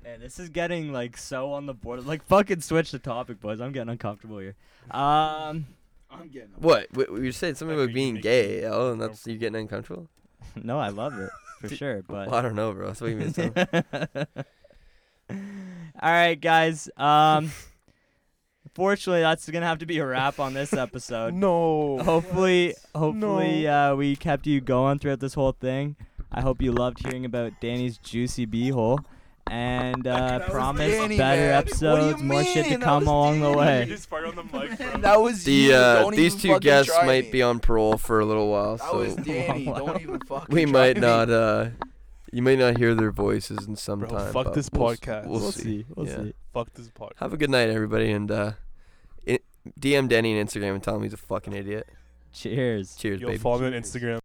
Speaker 5: Man, this is getting like so on the border. Like fucking switch the topic, boys. I'm getting uncomfortable here. Um,
Speaker 8: I'm getting up.
Speaker 4: What W- you said something
Speaker 6: Becker,
Speaker 4: about
Speaker 6: you
Speaker 4: being
Speaker 6: make
Speaker 4: gay,
Speaker 6: me
Speaker 4: oh, and that's
Speaker 6: uncomfortable.
Speaker 4: you getting uncomfortable.
Speaker 5: no, I love it for sure, but
Speaker 4: Well, I don't know, bro. That's what you mean. so.
Speaker 5: All right, guys. Um, fortunately, that's gonna have to be a wrap on this episode.
Speaker 6: No.
Speaker 5: hopefully, hopefully, uh, we kept you going throughout this whole thing. I hope you loved hearing about Danny's juicy beehole, and uh,
Speaker 8: was
Speaker 5: promise
Speaker 7: Danny,
Speaker 5: better
Speaker 7: man. What do you
Speaker 5: episodes, more shit to
Speaker 7: mean? That
Speaker 5: come
Speaker 7: was
Speaker 5: along the
Speaker 7: Danny.
Speaker 5: way.
Speaker 6: You just fart on the mic, bro.
Speaker 7: that was
Speaker 4: The
Speaker 7: you.
Speaker 4: uh,
Speaker 7: Don't
Speaker 4: these
Speaker 7: even
Speaker 4: two
Speaker 7: fucking
Speaker 4: guests
Speaker 7: try
Speaker 4: might
Speaker 7: me.
Speaker 4: be on parole for a little while,
Speaker 7: That was
Speaker 4: so
Speaker 7: Danny.
Speaker 5: Wow.
Speaker 7: Don't even fucking.
Speaker 4: we
Speaker 7: try
Speaker 4: might
Speaker 7: me.
Speaker 4: not. uh You may not hear their voices in some
Speaker 6: Bro,
Speaker 4: time.
Speaker 6: fuck
Speaker 4: but
Speaker 6: this
Speaker 4: we'll s-
Speaker 6: podcast.
Speaker 4: We'll,
Speaker 5: We'll
Speaker 4: see.
Speaker 5: see. We'll
Speaker 4: Yeah.
Speaker 5: see.
Speaker 6: Fuck this podcast.
Speaker 4: Have a good night, everybody, and uh i DM Danny on Instagram and tell him he's a fucking idiot.
Speaker 5: Cheers.
Speaker 4: Cheers,
Speaker 6: Yo,
Speaker 4: baby.
Speaker 6: follow me on Instagram.